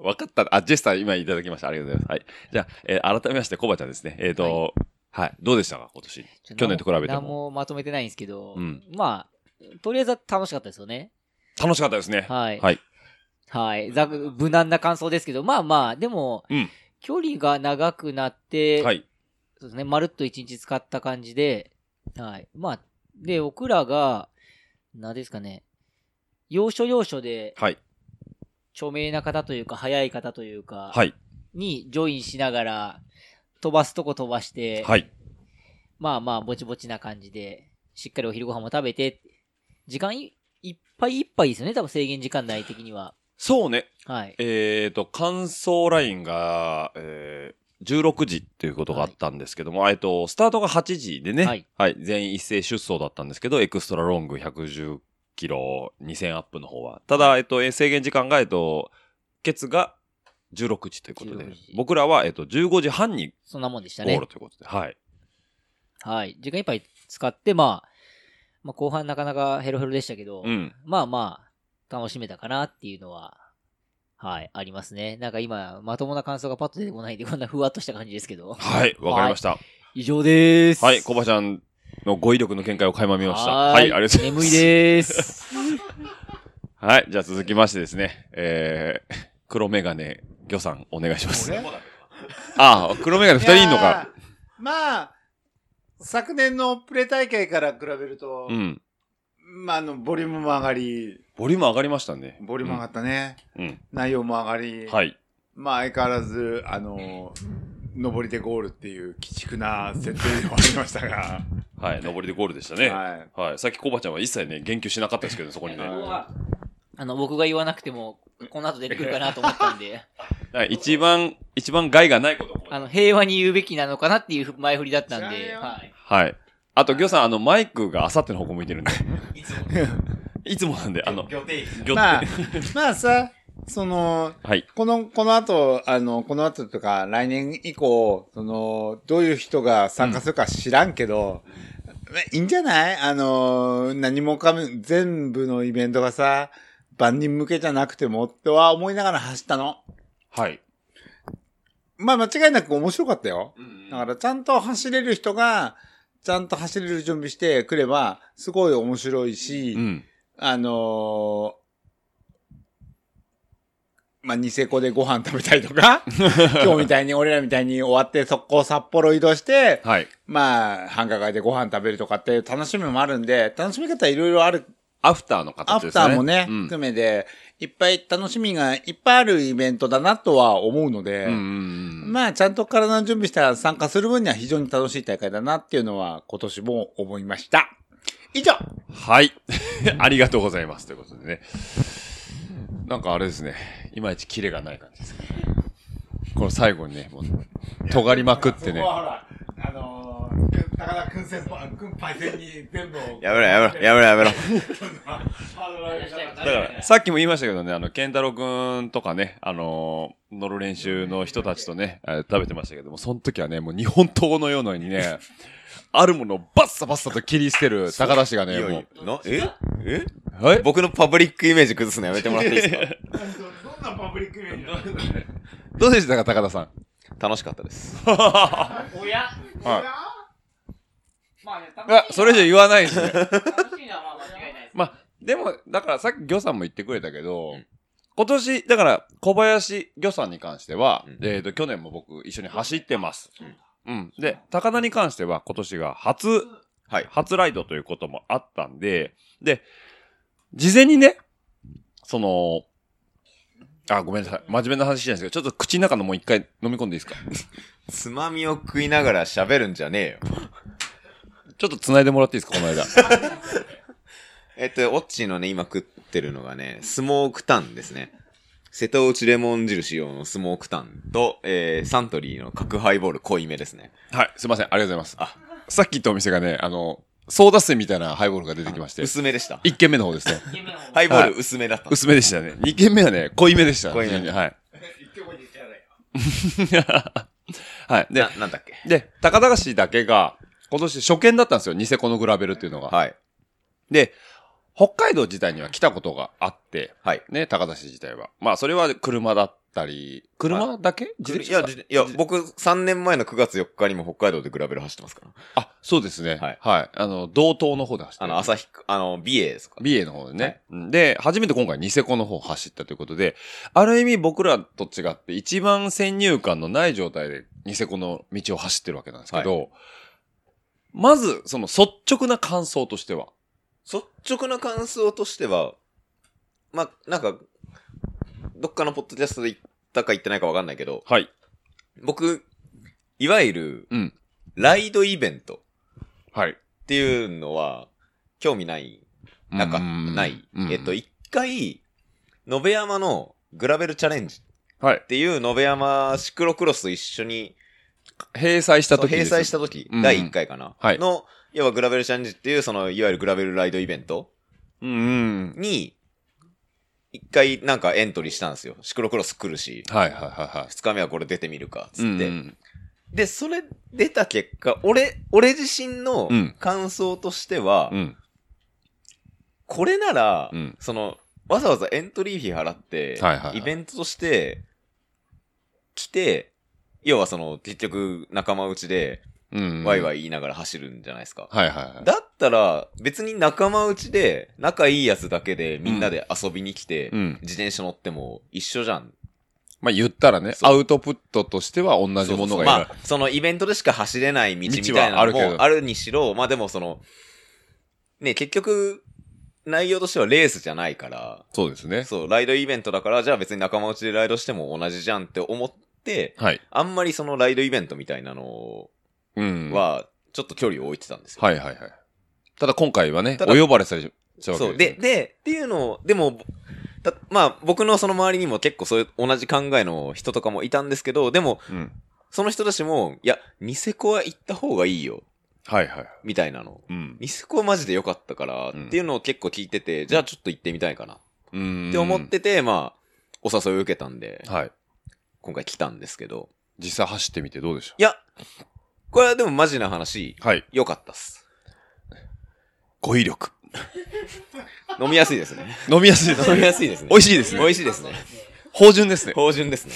S2: わかった。あ、ジェスチャー今いただきました。ありがとうございます。はい。じゃあ、えー改めまして、コバちゃんですね。えっ、と、はい、どうでしたか今年。
S7: ちょ
S2: 去年と比べても
S7: 何もまとめてないんですけど、
S2: うん
S7: まあ、とりあえずは楽しかったですよね。
S2: 楽しかったですね。
S7: はい。
S2: はい。
S7: はい。ざく無難な感想ですけど、まあまあ、でも、
S2: うん
S7: 距離が長くなって、
S2: はい。
S7: そうですね、まるっと一日使った感じで、はい。まあ、で、僕らが、なんですかね、要所要所で、
S2: はい。
S7: 著名な方というか、早い方というか、
S2: はい。
S7: にジョインしながら、飛ばすとこ飛ばして、
S2: はい。
S7: まあまあ、ぼちぼちな感じで、しっかりお昼ご飯も食べて、時間いいっぱいいっぱいですよね、多分制限時間内的には。
S2: そうね。
S7: はい。
S2: えー、と、感想ラインが、えー、16時っていうことがあったんですけども、えっと、スタートが8時でね、
S7: は
S2: はいい、全員一斉出走だったんですけど、エクストラロング110キロ2000アップの方は。ただ、えっと、えー制限時間が、えっと、ケツが16時ということで
S7: 16時、
S2: 僕らは、えっと、15時半に
S7: そんなもんでした
S2: ゴー
S7: ね
S2: ル。ということで、はい。
S7: はい。時間いっぱい使って、まあ、まあ、後半なかなかヘロヘロでしたけど、
S2: うん。
S7: まあまあ、楽しめたかなっていうのは、はい、ありますね。なんか今、まともな感想がパッと出てこないんで、こんなふわっとした感じですけど。
S2: はい、わかりました。
S7: 以上でーす。
S2: はい、コバちゃんの語彙力の見解を垣間見ました。
S7: は
S2: は
S7: ー
S2: い、ありがとうございます。
S7: 眠いで ーす。
S2: はい、じゃあ続きましてですね、えー、黒メガネ、魚さん、お願いします。ああ、黒メガネ二人いんのか。
S8: やー。まあ、昨年のプレ大会から比べると、
S2: うん。
S8: まあ、あの、ボリュームも上がり、
S2: ボリューム上がりましたね。
S8: ボリューム上がったね。
S2: うん。
S8: 内容も上がり、
S2: はい。
S8: まあ、相変わらず、あの、上りでゴールっていう鬼畜な設定ではありましたが、
S2: はい、上りでゴールでした ね。
S8: はい。
S2: はい。さっきコバちゃんは一切ね、言及しなかったですけど、そこにね。
S7: あの、僕が言わなくても、この後出てくるかなと思ったんで、
S2: はい一番、一番害がないことを
S7: あの、平和に言うべきなのかなっていう前振りだったん
S8: 知らん
S7: で、
S8: よ
S7: はい。
S2: はい。あと、魚さん、あの、マイクがあさっての方向向いてるんで。いつもなんで、あの、魚
S8: まあ、まあさ、その、
S2: はい。
S8: この、この後、あの、この後とか、来年以降、その、どういう人が参加するか知らんけど、まあいいんじゃないあの、何もかも、全部のイベントがさ、万人向けじゃなくても、とは思いながら走ったの。
S2: はい。
S8: まあ、間違いなく面白かったよ。だから、ちゃんと走れる人が、ちゃんと走れる準備してくれば、すごい面白いし、
S2: うん。
S8: あのまあ、ニセコでご飯食べたりと か、今日みたいに、俺らみたいに終わって速攻札幌移動して、
S2: はい。
S8: まあ、繁華街でご飯食べるとかっていう楽しみもあるんで、楽しみ方いろいろある、
S2: アフターの
S8: ア
S2: 形
S8: フ
S2: ですね。
S8: ターもね、
S2: うん
S8: 含めで、いっぱい楽しみがいっぱいあるイベントだなとは思うので、
S2: うんうんうん
S8: まあ、ちゃんと体の準備したら参加する分には非常に楽しい大会だなっていうのは今年も思いました。以上
S2: はい。 ありがとうございます。ということでね。なんかあれですね。いまいちキレがない感じですね。この最後にね、もう、尖りまくってね。
S8: ら、あの高田くん先輩、くんパイセンに全部
S4: やめろやめろやめろやめろ。
S2: だから、 さっきも言いましたけどね、あの、ケンタロウくんとかね、あのー乗る練習の人たちとね、えー食べてましたけども、その時はね、もう日本刀のようにね、あるものをバッサバッサと切り捨てる高田氏が
S4: い
S2: ね、
S4: やい
S2: も
S4: やなええ
S2: う、はい
S4: 僕のパブリックイメージ崩すのやめてもらっていいですか
S2: どうでしたか、高田さん。
S4: 楽しかったです。
S7: おやまあね、
S2: あ、それ以上言わないですね。
S7: 楽しいのはまあ間違いないです。
S2: まあ、でも、だからさっき魚さんも言ってくれたけど、今年、だから、小林魚さんに関しては、
S4: うん
S2: えっ、と、去年も僕一緒に走ってます。うん。で、高田に関しては今年が初、
S4: はい
S2: 初ライドということもあったんで、で、事前にね、その、あ、ごめんなさい。真面目な話じゃないですけど、ちょっと口の中のもう一回飲み込んでいいですか
S4: つまみを食いながら喋るんじゃねえよ。
S2: ちょっと繋いでもらっていいですかこの 間。
S4: えっと、オッチーのね、今食ってるのがね、スモークタンですね。瀬戸内レモン印用のスモークタンと、えー、サントリーの角ハイボール濃いめですね。
S2: はい、すいません。ありがとうございます。あ、さっき行ったお店がね、あの、ソーダ水みたいなハイボールが出てきまして、
S4: 薄めでした。
S2: 一軒目の方ですね。
S4: ハイボール薄めだった。
S2: 薄めでしたね。二軒目はね、濃いめでした。
S4: 濃いめ
S2: 非常にはい。 はい。で
S4: な、、なんだっけ
S2: で、高田氏だけが、今年初見だったんですよ。ニセコのグラベルっていうのが。
S4: はい。
S2: で、北海道自体には来たことがあって、
S4: はい。
S2: ね、高田氏自体は。まあ、それは車だったり、車だけ自転
S4: い
S2: 車
S4: や、
S2: か
S4: じいや、僕3年前の9月4日にも北海道でグラベル走ってますから。
S2: あ、そうですね。
S4: はい
S2: はい。あの、道東の方で走って
S4: あ
S2: る
S4: の、朝日、あの、美瑛ですか。
S2: 美瑛の方でね。うんで、初めて今回ニセコの方を走ったということで、ある意味僕らと違って一番先入観のない状態でニセコの道を走ってるわけなんですけど、まず、その率直な感想としては、
S4: 率直な感想としては、まあ、なんか、どっかのポッドキャストで言ったか言ってないかわかんないけど、
S2: はい。
S4: 僕、いわゆる、
S2: うん
S4: ライドイベント
S2: はい。
S4: っていうのは、興味ない、なか、ない。えっと、一回、野辺山のグラベルチャレンジ
S2: はい
S4: っ。ていう野辺山シクロクロスと一緒に、
S2: 閉鎖した
S4: そう
S2: 時
S4: 閉
S2: です
S4: 鎖した時、
S2: うん
S4: 第1回かな、
S2: はい
S4: の、要はグラベルチャレンジっていう、その、いわゆるグラベルライドイベント
S2: うんうん。
S4: に、一回なんかエントリーしたんですよ。シクロクロス来るし、
S2: はいはいはいはい。
S4: 二日目はこれ出てみるか、つ
S2: う
S4: っ
S2: んう
S4: て。
S2: ん
S4: で、それ出た結果、俺、俺自身の
S2: うん
S4: 感想としては、
S2: うん。
S4: これなら、
S2: うん
S4: その、わざわざエントリー費払って、
S2: はいはいはい
S4: イベントとして、来て、要はその、結局、仲間内で、
S2: うん。
S4: ワイワ
S2: イ。
S4: イ言いながら走るんじゃないですか。
S2: はいはいはい。
S4: だったら、別に仲間内で、仲いいやつだけで、みんなで遊びに来て、
S2: うん。
S4: 自転車乗っても一緒じゃん。
S2: まあ言ったらね、
S4: そう
S2: アウトプットとしては同じものがいる。
S4: そうそうまあ、そのイベントでしか走れない道みたい
S2: 道は
S4: な
S2: あ
S4: の
S2: るけど
S4: もあるにしろ、まあでもその、ね、結局、内容としてはレースじゃないから、
S2: そうですね。
S4: そう、ライドイベントだから、じゃあ別に仲間内でライドしても同じじゃんって思って、
S2: はい。
S4: あんまりそのライドイベントみたいなの
S2: うん。
S4: は、ちょっと距離を置いてたんですよ。
S2: はいはいはい。ただ今回はね、
S4: ただ
S2: お呼ばれされちゃうわけ
S4: そう。で、で、っていうのを、でも、たまあ僕のその周りにも結構そういう同じ考えの人とかもいたんですけど、でも、
S2: うん
S4: その人たちも、いや、ニセコは行った方がいいよ、
S2: はいはい。
S4: みたいなの。
S2: うん。
S4: ニセコはマジで良かったから、
S2: うん
S4: っていうのを結構聞いてて、じゃあちょっと行ってみたいかな、
S2: っ
S4: って思っ。てて、まあ、お誘いを受けたんで、
S2: はい。
S4: 今回来たんですけど、
S2: 実際走ってみてどうでしょ
S4: いや、これはでもマジな話、
S2: うはい。
S4: 良かったっす。
S2: 語彙力。
S4: 飲みやすいですね。
S2: 飲みやすいです
S4: 飲み
S2: ね。
S4: やすいですね。
S2: 美味しいですね
S4: 美味しいですね。
S2: 芳醇ですね。
S4: 芳醇ですね。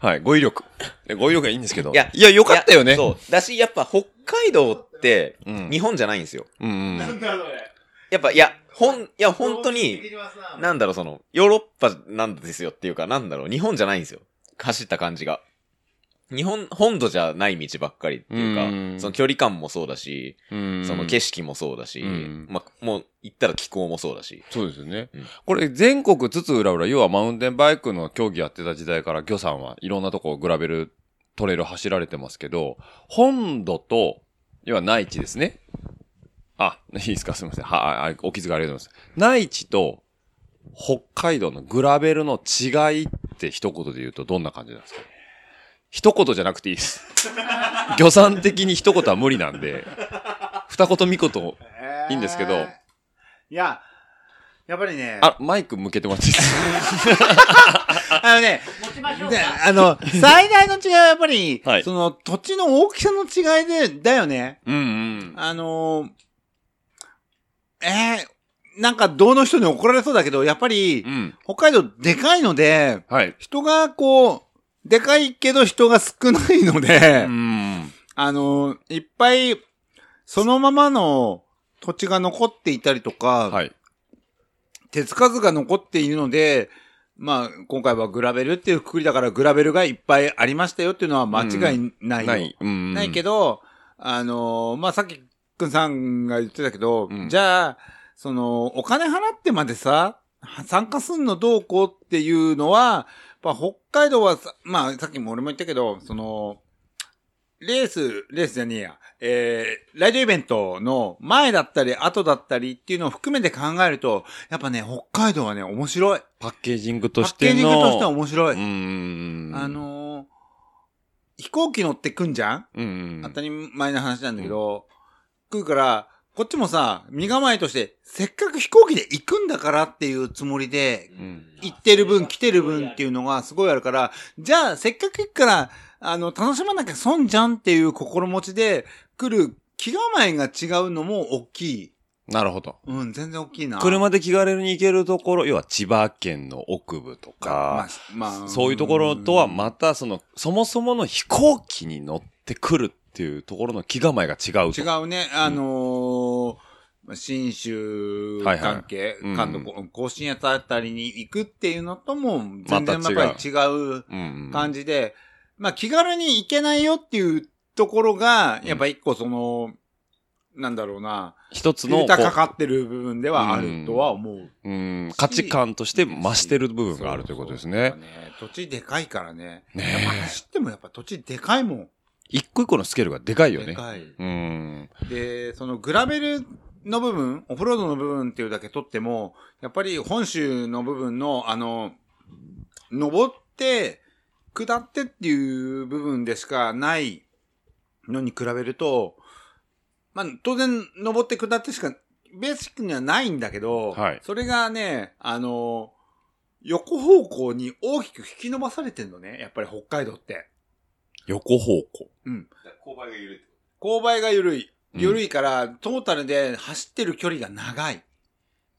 S2: はい。語彙力。ね語彙力がいいんですけど。
S4: いや
S2: いや、よかったよね。
S4: そう。だし、やっぱ北海道って
S2: うん
S4: 日本じゃないんですよ。
S2: うんうん。
S4: やっぱ、いや、ほん、いや、本当に、なんだろう、その、ヨーロッパなんですよっていうか、なんだろう、日本じゃないんですよ。走った感じが。日本、本土じゃない道ばっかりっていうか、
S2: うん
S4: その距離感もそうだし、
S2: うん
S4: その景色もそうだし、
S2: うん
S4: まあ、もう、行ったら気候もそうだし。
S2: そうですよね。
S4: うん
S2: これ全国津々浦々、要はマウンテンバイクの競技やってた時代から、魚さんはいろんなとこをグラベル、トレイル走られてますけど、本土と、要は内地ですね。あ、いいですかすみません。は、あ、お気づきありがとうございます。内地と北海道のグラベルの違いって一言で言うとどんな感じなんですか一言じゃなくていい です。魚さん的に一言は無理なんで、二言三言いいんですけど、
S8: いや、やっぱりね、
S2: あ、マイク向けてもらっていいです
S8: あのね、であの、最大の違いはやっぱり、
S2: はい
S8: その土地の大きさの違いで、だよね。
S2: うんうん。
S8: あのーえーなんか道の人に怒られそうだけど、やっぱり
S2: う、ん。
S8: 北海道でかいので、
S2: はい。
S8: 人がこう、でかいけど人が少ないので、
S2: うん。
S8: あのーいっぱい、そのままの土地が残っていたりとか、
S2: はい。
S8: 手つかずが残っているので、まあ、今回はグラベルっていうくくりだから、グラベルがいっぱいありましたよっていうのは間違いないよ。
S2: ない。うん。
S8: ないけ
S2: ど。
S8: ど、あのーまあ、さっきくんさんが言ってたけど、
S2: うん
S8: じゃあ、その、お金払ってまでさ、は参加すんのどうこうっていうのは、やっぱ北海道はさ、まあ、さっきも俺も言ったけど、その、レース、レースじゃねえや、えー、ライドイベントの前だったり、後だったりっていうのを含めて考えると、やっぱね、北海道はね、面白い。
S2: パッケージング
S8: パ
S2: と
S8: ッ
S2: し
S8: ケ
S2: て
S8: ー
S2: の。
S8: ジングとしては面白い。
S2: うん。
S8: あ、のー飛行機乗ってくんじゃん
S2: うん。
S8: 当たり前の話なんだけど、来るから、こっちもさ、身構えとして、せっかく飛行機で行くんだからっていうつもりで、
S2: うん。
S8: 行ってる分、来てる分っていうのがすごいあるから、じゃあ、せっかく行くから、あの、楽しまなきゃ損じゃんっていう心持ちで来る気構えが違うのも大きい。
S2: なるほど。
S8: うん、全然大きいな。
S2: 車で気軽に行けるところ、要は千葉県の奥部と
S8: まあ
S2: か、、
S8: まあ、
S2: そういうところとはまた、その、そもそもの飛行機に乗ってくるっていうところの気構えが違うと。
S8: 違うね、あのー新州関係、
S2: はいはい
S8: 関東甲甲信越あたりに行くっていうのとも、全然
S2: また違
S8: や
S2: う
S8: っぱり違う
S2: うん。
S8: 感じで、まあ気軽に行けないよっていうところが、やっぱ一個その、なんだろうな、
S2: 一つ
S8: フ
S2: の
S8: ィ
S2: こ
S8: ルターか
S2: う、
S8: かってる部分ではあるとは思う。
S2: うん、価値観として増してる部分があるということですね
S8: そう。そうそう。やっぱね土地でかいからね。
S2: ね
S8: やっぱ
S2: え
S8: 走ってもやっぱ土地でかいもん。
S2: 一個一個のスケールがでかいよ
S8: で
S2: ね。
S8: かい。
S2: うん。
S8: で、そのグラベルの部分、オフロードの部分っていうだけ取っても、やっぱり本州の部分の、あの、登って、下ってっていう部分でしかないのに比べると、まあ、当然、登って下ってしか、ベーシックにはないんだけど、
S2: はい
S8: それがね、あの、横方向に大きく引き伸ばされてんのね、やっぱり北海道って。
S2: 横方向。
S4: 勾配が緩い。
S8: 勾配が緩い。
S2: うん
S8: 緩いから、トータルで走ってる距離が長い。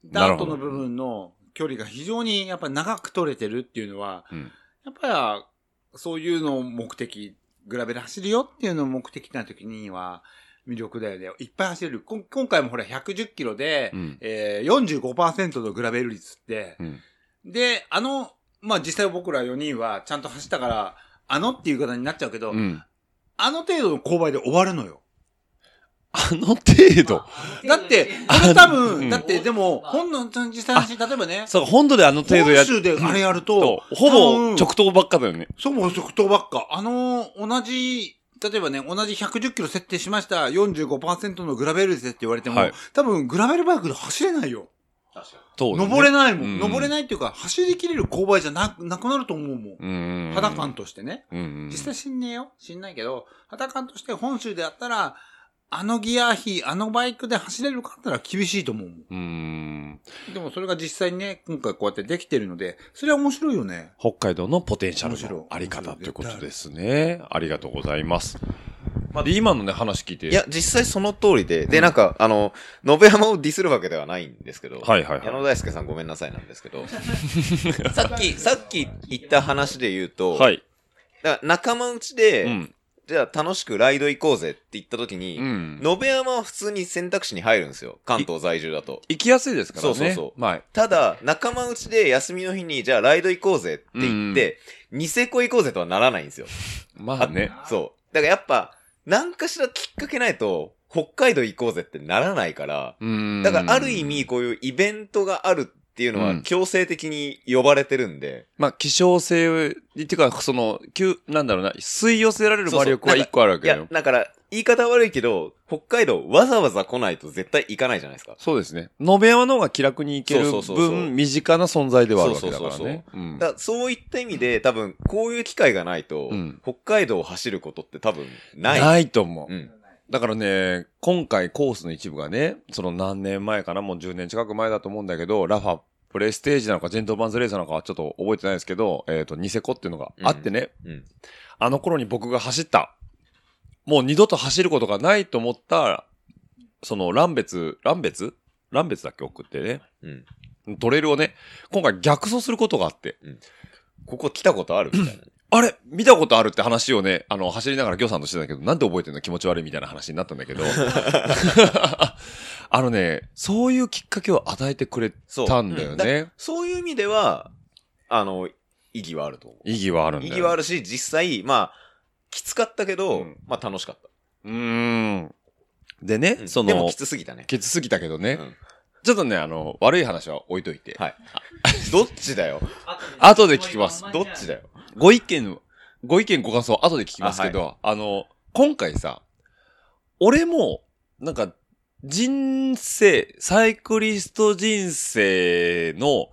S2: な
S8: ダ
S2: る
S8: ー
S2: ほ
S8: ト
S2: ど
S8: の部分の距離が非常にやっぱ長く取れてるっていうのは、
S2: うん
S8: やっぱりそういうのを目的、グラベル走るよっていうのを目的な時には魅力だよね。いっぱい走れる。こん今回もほら110キロで、
S2: うん。
S8: えー、45%のグラベル率って、
S2: うん
S8: で、あの、まあ、実際僕ら4人はちゃんと走ったから、あのっていう言い方になっちゃうけど、
S2: うん。
S8: あの程度の勾配で終わるのよ。
S2: あの程度。
S8: だって、これ多
S2: う
S8: 分、
S2: ん
S8: だって、でも、本の実際の話、例えばね、
S2: そう、本土であの程度や
S8: 本
S2: っ
S8: 州であれやる
S2: と
S8: と、、
S2: ほぼ
S8: 多分
S2: 直投ばっかだよね。
S8: そうも即答ばっか。あの、同じ、例えばね、同じ110キロ設定しました、45%のグラベルですって言われても、
S2: はい
S8: 多分、グラベルバイクで走れないよ。
S2: と、
S8: 登れ
S2: な
S8: ないも。
S2: うんん
S8: 登れないっていうか、走りきれる勾配じゃなく、なくなると思うもん。
S2: うん。
S8: 肌感としてね。
S2: うんうん。
S8: 実際死んねえよ。死んないけど、肌感として本州であったら、あのギア比、あのバイクで走れるかって言ったら厳しいと思うもん。
S2: うん。
S8: でもそれが実際にね、今回こうやってできてるので、それは面白いよね。
S2: 北海道のポテンシャ
S8: 面
S2: ル
S8: 白い
S2: のあり方ということですね。ありがとうございます。まあ、で今のね、話聞いて。
S4: いや、実際その通りで、で、なんか、あの、信山をディスるわけではないんですけど、
S2: はいはいはい
S4: 矢野大輔さんごめんなさいなんですけど、さっき、さっき言った話で言うと、
S2: はい。
S4: だから仲間内で、
S2: うん。
S4: じゃあ楽しくライド行こうぜって言った時に、野辺山は普通に選択肢に入るんですよ。関東在住だと。
S2: 行きやすいですからね。
S4: そうそうそう。
S2: はい。
S4: ただ、仲間内で休みの日に、じゃあライド行こうぜって言って、ニセコ行こうぜとはならないんですよ。
S2: まあね。
S4: そう。だからやっぱ、何かしらきっかけないと、北海道行こうぜってならないから、だからある意味こういうイベントがあるっていうの
S2: う
S4: は
S2: ん
S4: 強制的に呼ばれてるんで、
S2: まあ、希少性っていうか、その、急、なんだろうな、吸い寄せられる魔力は一個あるわけだ
S4: い
S2: よ
S4: や、。だから、言い方悪いけど、北海道わざわざ来ないと絶対行かないじゃないですか。
S2: そうですね。野辺山の方が気楽に行ける
S4: そうそうそうそう
S2: 分、身近な存在ではあるわけだか
S4: そう
S2: ら
S4: そうそう
S2: ね。
S4: そう
S2: うん
S4: だからそういった意味で、多分、こういう機会がないと、北海道を走ることって多分ない。
S2: ないと思う。
S4: うん
S2: だからね、今回コースの一部がね、その何年前かな、もう10年近く前だと思うんだけど、ラファ、プレステージなのか、ジェントルマンズレーザーなのかはちょっと覚えてないですけど、えっ、と、ニセコっていうのがあってね、
S4: うん
S2: あの頃に僕が走った、もう二度と走ることがないと思った、その、乱別、乱別乱別だっけ送ってね、トレイルをね、今回逆走することがあって、
S4: ここ来たことあるみたいな。
S2: あれ見たことあるって話をね、あの、走りながら行さんとしてたけど、なんで覚えてんの気持ち悪いみたいな話になったんだ けど。あのね、そういうきっかけを与えてくれたんだよ
S4: う
S2: ね
S4: ん。そういう意味では、あの、意義はあると思
S2: 意義はある
S4: う。
S2: んだ
S4: 意
S2: よ。
S4: 義はあるし、実際、まあ、きつかったけど、まあ楽しかった。
S2: うーん。でね、その。
S4: でもきつすぎたね
S2: きつすぎたけどね。ちょっとね、あの、悪い話は置いといて。
S4: はい。どっちだよ。
S2: 後で聞きます。
S4: どっちだよ。
S2: ご意見、ご意見ご感想後で聞きますけど、あ,、の、今回さ、俺も、なんか、人生、サイクリスト人生の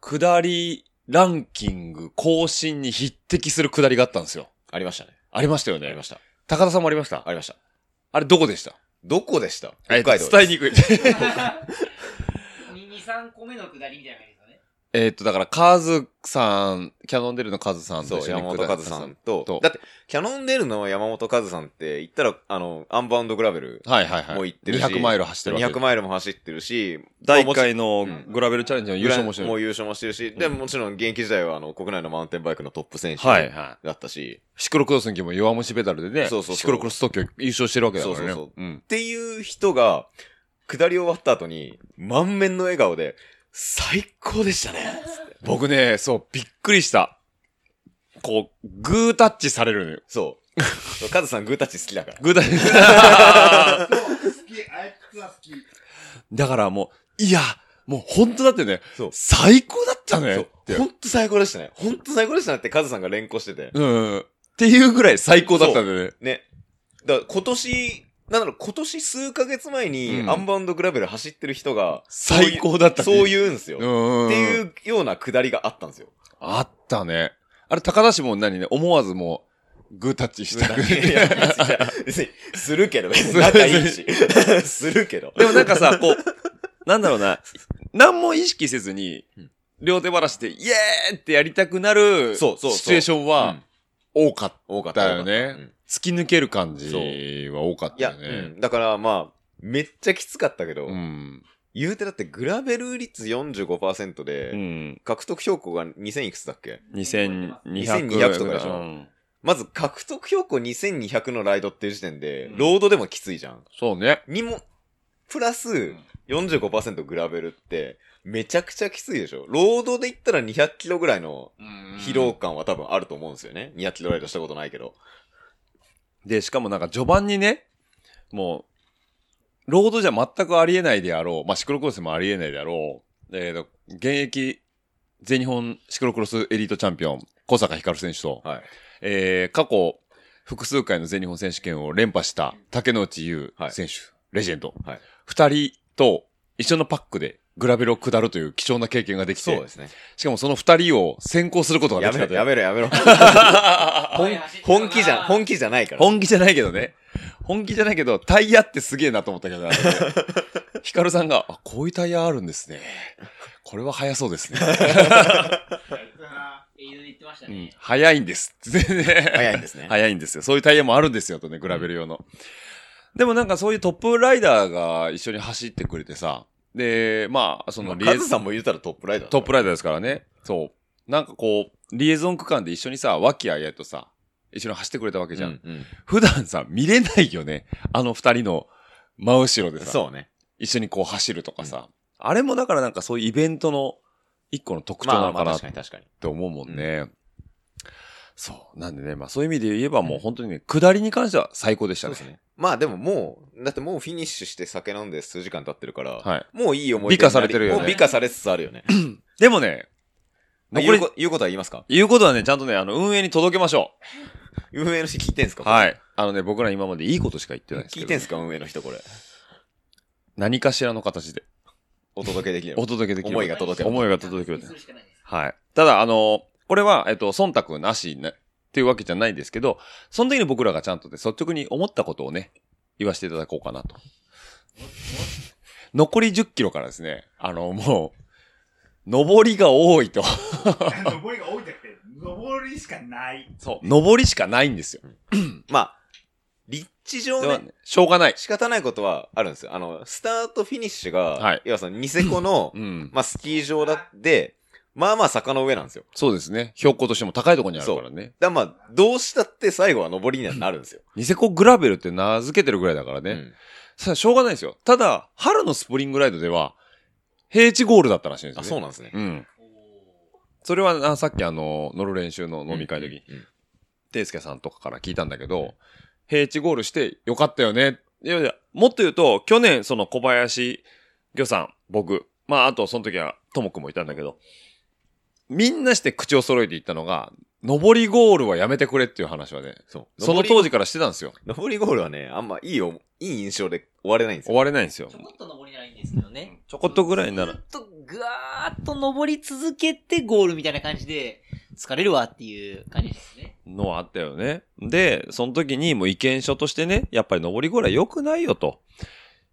S2: 下りランキング更新に匹敵する下りがあったんですよ。
S4: ありましたね。
S2: ありましたよね。あり
S4: ました。
S2: 高田さんもありました
S4: ありました。
S2: あれどこでした
S4: どこでした
S2: えっと
S4: 北海道で す
S2: 伝えにくい。
S7: 2、3個目のくだりみたいな感じですよね。
S2: えっと、だから、カズさん、キャノンデールのカズさんと
S4: そ
S2: 一
S4: う、
S2: 緒に
S4: 山本和さんと
S2: と、
S4: だって、キャノンデールの山本和さんって言ったら、あの、アンバウンドグラベル
S2: はいはいはい
S4: もう行ってるし、
S2: 200マイル走ってるわけ
S4: 200マイルも走ってるし、
S2: 第1回のグラベルチャレンジの優
S4: 優
S2: 勝も
S4: 勝も
S2: し
S4: して
S2: る。
S4: てる。もう優勝もしてるし、でももちろん現役時代はあの国内のマウンテンバイクのトップ選手
S2: はいは
S4: だったし、
S2: シクロクロスの時も弱虫ペダルでね、
S4: そうそうそう
S2: シクロクロス東京優勝してるわけだからね。
S4: そうそうそ
S2: う
S4: う
S2: ん
S4: っ。ていう人が、下り終わった後に、満面の笑顔で、最高でしたねつって
S2: 僕ね、そう、びっくりした。こう、グータッチされるのよ。
S4: そう。カズさんグータッチ好きだから。
S2: グータッチ。
S15: あいつは好き。
S2: だからもう、いや、もう本当だってね、最高だったねって。
S4: ほんと最高でしたね。ほんと最高でしたねってカズさんが連呼してて。
S2: うん。っていうぐらい最高だったんだよね。
S4: ね。だから今年、なんだろう、今年数ヶ月前に
S2: うん
S4: アンバウンドグラベル走ってる人が、
S2: 最高だったね
S4: そういうそう言うんですよ。
S2: うんうんうん
S4: っていうような下りがあったんですよ。
S2: あったね。あれ、高田氏も何ね、思わずもう、グータッチした。
S4: いや別にするけど、別に仲いいし。するけど。
S2: でもなんかさ、 こう、なんだろうな、何も意識せずに、両手話して、イエーってやりたくなる、
S4: そうそうそう
S2: シチュエーションは、多か
S4: 多か
S2: っ
S4: ったた
S2: よね。突き抜ける感じは多かっ
S4: い
S2: た
S4: や、
S2: よ
S4: う
S2: ね。
S4: んだからまあ、めっちゃきつかったけど、
S2: ん
S4: 言うてだってグラベル率45%で、獲得標高が2000いくつだっけ
S2: 2200
S4: 2200とかでしょ、
S2: うん
S4: まず獲得標高2200のライドっていう時点で、ロードでもきついじゃん。
S2: そうね。
S4: にも、プラス45%グラベルって、めちゃくちゃきついでしょロードで言ったら200キロぐらいの疲労感は多分あると思うんですよね。200キロライドしたことないけど。
S2: で、しかもなんか序盤にね、もう、ロードじゃ全くありえないであろう。まあ、シクロクロスもありえないであろう。えーと、現役全日本シクロクロスエリートチャンピオン、小坂光選手と、えー過去複数回の全日本選手権を連覇した竹野内優選手、レジェンド。二、人と一緒のパックでグラベルを下るという貴重な経験ができて、
S4: そうですね
S2: しかもその二人を先行することがで
S4: や
S2: き
S4: め
S2: た
S4: ろ、
S2: と
S4: やめ ろ、やめろ。本本気じゃ、本気じゃないから。
S2: 本気じゃないけどね。本気じゃないけど、タイヤってすげえなと思った けど、あれヒカルさんが、あ、こういうタイヤあるんですね。これは速そう ですね。うん早いんです。早
S4: いんですね
S2: 早いんですよ。そういうタイヤもあるんですよ、とね、グラベル用の。でもなんかそういうトップライダーが一緒に走ってくれてさ、で、まあ、その
S4: まあカズさんも言うたらトップライダーだ
S2: トップライダーですからね。そう。なんかこう、リエゾン区間で一緒にさ、和気あいあいとさ、一緒に走ってくれたわけじゃん。
S4: うんうん
S2: 普段さ、見れないよね。あの二人の真後ろでさ。
S4: そうね。
S2: 一緒にこう走るとかさ。あれもだからなんかそういうイベントの一個の特徴なのか
S4: まあま
S2: な
S4: あ
S2: っ
S4: 確かに確かに
S2: て思うもんね。そう。なんでね、まあそういう意味で言えばもう本当にね、下りに関しては最高でしたね。
S4: まあでももう、だってもうフィニッシュして酒飲んで数時間経ってるから、
S2: はい
S4: もういい思い出にな
S2: 美化され
S4: り
S2: てるよね
S4: もう美化されつつあるよね。
S2: でもね、
S4: 言うこ言うことは言いますか
S2: 言うことはね、ちゃんとね、あの、運営に届けましょ
S4: う。運営の人聞いてんすか
S2: はい。あのね、僕ら今までいいことしか言ってないですけど。
S4: 聞いてんすか運営の人こ れ。
S2: 何かしらの形で。
S4: お届けできる。
S2: お届けできる。
S4: 思いが届ける。
S2: 思いが届ける。はい。ただ、あの、これは、えっと、忖度なしな、っていうわけじゃないんですけど、その時に僕らがちゃんとね、率直に思ったことをね、言わせていただこうかなと。残り10キロからですね、あの、もう、上りが多いと。
S5: 登りが多いんだって、登りしか ない。
S2: そう。上りしかないんですよ。
S4: まあ、立地上ね、
S2: しょうがない。
S4: 仕方ないことはあるんですよ。あの、スタートフィニッシュが、
S2: はい
S4: 要はそのニセコの、まあスキー場だって、まあまあ坂の上なんですよ。
S2: そうですね。標高としても高いところにあるからね。
S4: だからまあ、どうしたって最後は上りにはなるんですよ。
S2: ニセコグラベルって名付けてるぐらいだからね。さあ、しょうがないですよ。ただ、春のスプリングライドでは、平地ゴールだったらしいんですよ、ね。
S4: あそうなんですね
S2: うん。それは、あさっきあの、乗る練習の飲み会の時、ていすけさんとかから聞いたんだけど、平地ゴールしてよかったよね。いやいや、もっと言うと、去年、その小林魚さん、僕、まあ、あとその時はともくんもいたんだけど、みんなして口を揃えていったのが、上りゴールはやめてくれっていう話はね、その当時からしてたんですよ。
S4: 上りゴールはね、あんまいいお、いい印象で終われないんですよ。
S2: 終われないんですよ。
S7: ね。
S2: ちょこっとぐらいなら。
S7: ずっとぐわーっと登り続けてゴールみたいな感じで、疲れるわっていう感じですね。
S2: のはあったよね。で、その時にもう意見書としてね、やっぱり登りぐらい良くないよと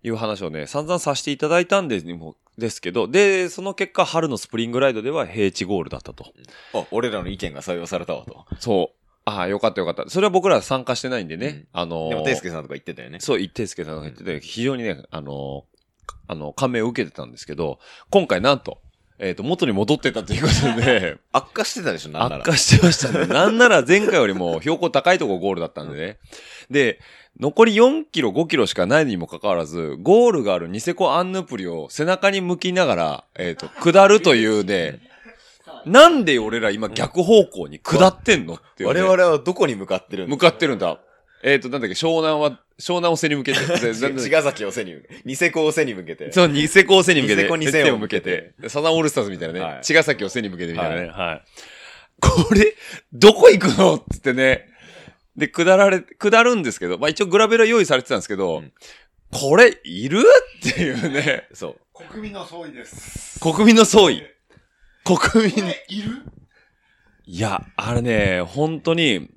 S2: いう話をね、散々させていただいたんですもですけど、で、その結果、春のスプリングライドでは平地ゴールだったと。
S4: あ、俺らの意見が採用されたわと。
S2: そう。ああ、よかったよかった。それは僕ら参加してないんでね。あのー
S4: でも、ていすけさんとか言ってたよね。
S2: そう、一定助さんが言ってて、非常にね、あのーあの、感銘を受けてたんですけど、今回なんと、えっ、と、元に戻ってたということで、
S4: 悪化してたでしょ、 なんなら。
S2: 悪化してま したね。なんなら前回よりも標高高いとこゴールだったんでね。で、残り4キロ、5キロしかないにもかかわらず、ゴールがあるニセコアンヌプリを背中に向きながら、えっ、 と、下るというね、なんで俺ら今逆方向に下ってんのっていうね、
S4: 我々はどこに向かってるん
S2: 向
S4: だ
S2: かってるんだ。えっ、と、なんだっけ、湘南は、湘南を背に向けて、 でなんだっ
S4: 茅
S2: け
S4: ヶ崎を背に向け、ニセコを背に向けて。
S2: そう、ニセコを背に向けて。
S4: ニセコに背を向け
S2: て。サザンオールスターズみたいなね。
S4: はい
S2: 茅ヶ崎を背に向けてみたいなね。はい。これ、どこ行くのっつってね。で、下られ、下るんですけど、まあ一応グラベルは用意されてたんですけど、これ、いるっていうね。
S4: そう。
S15: 国民の総意です。
S2: 国民の総意。国民、
S15: いる
S2: いや、あれね、本当に、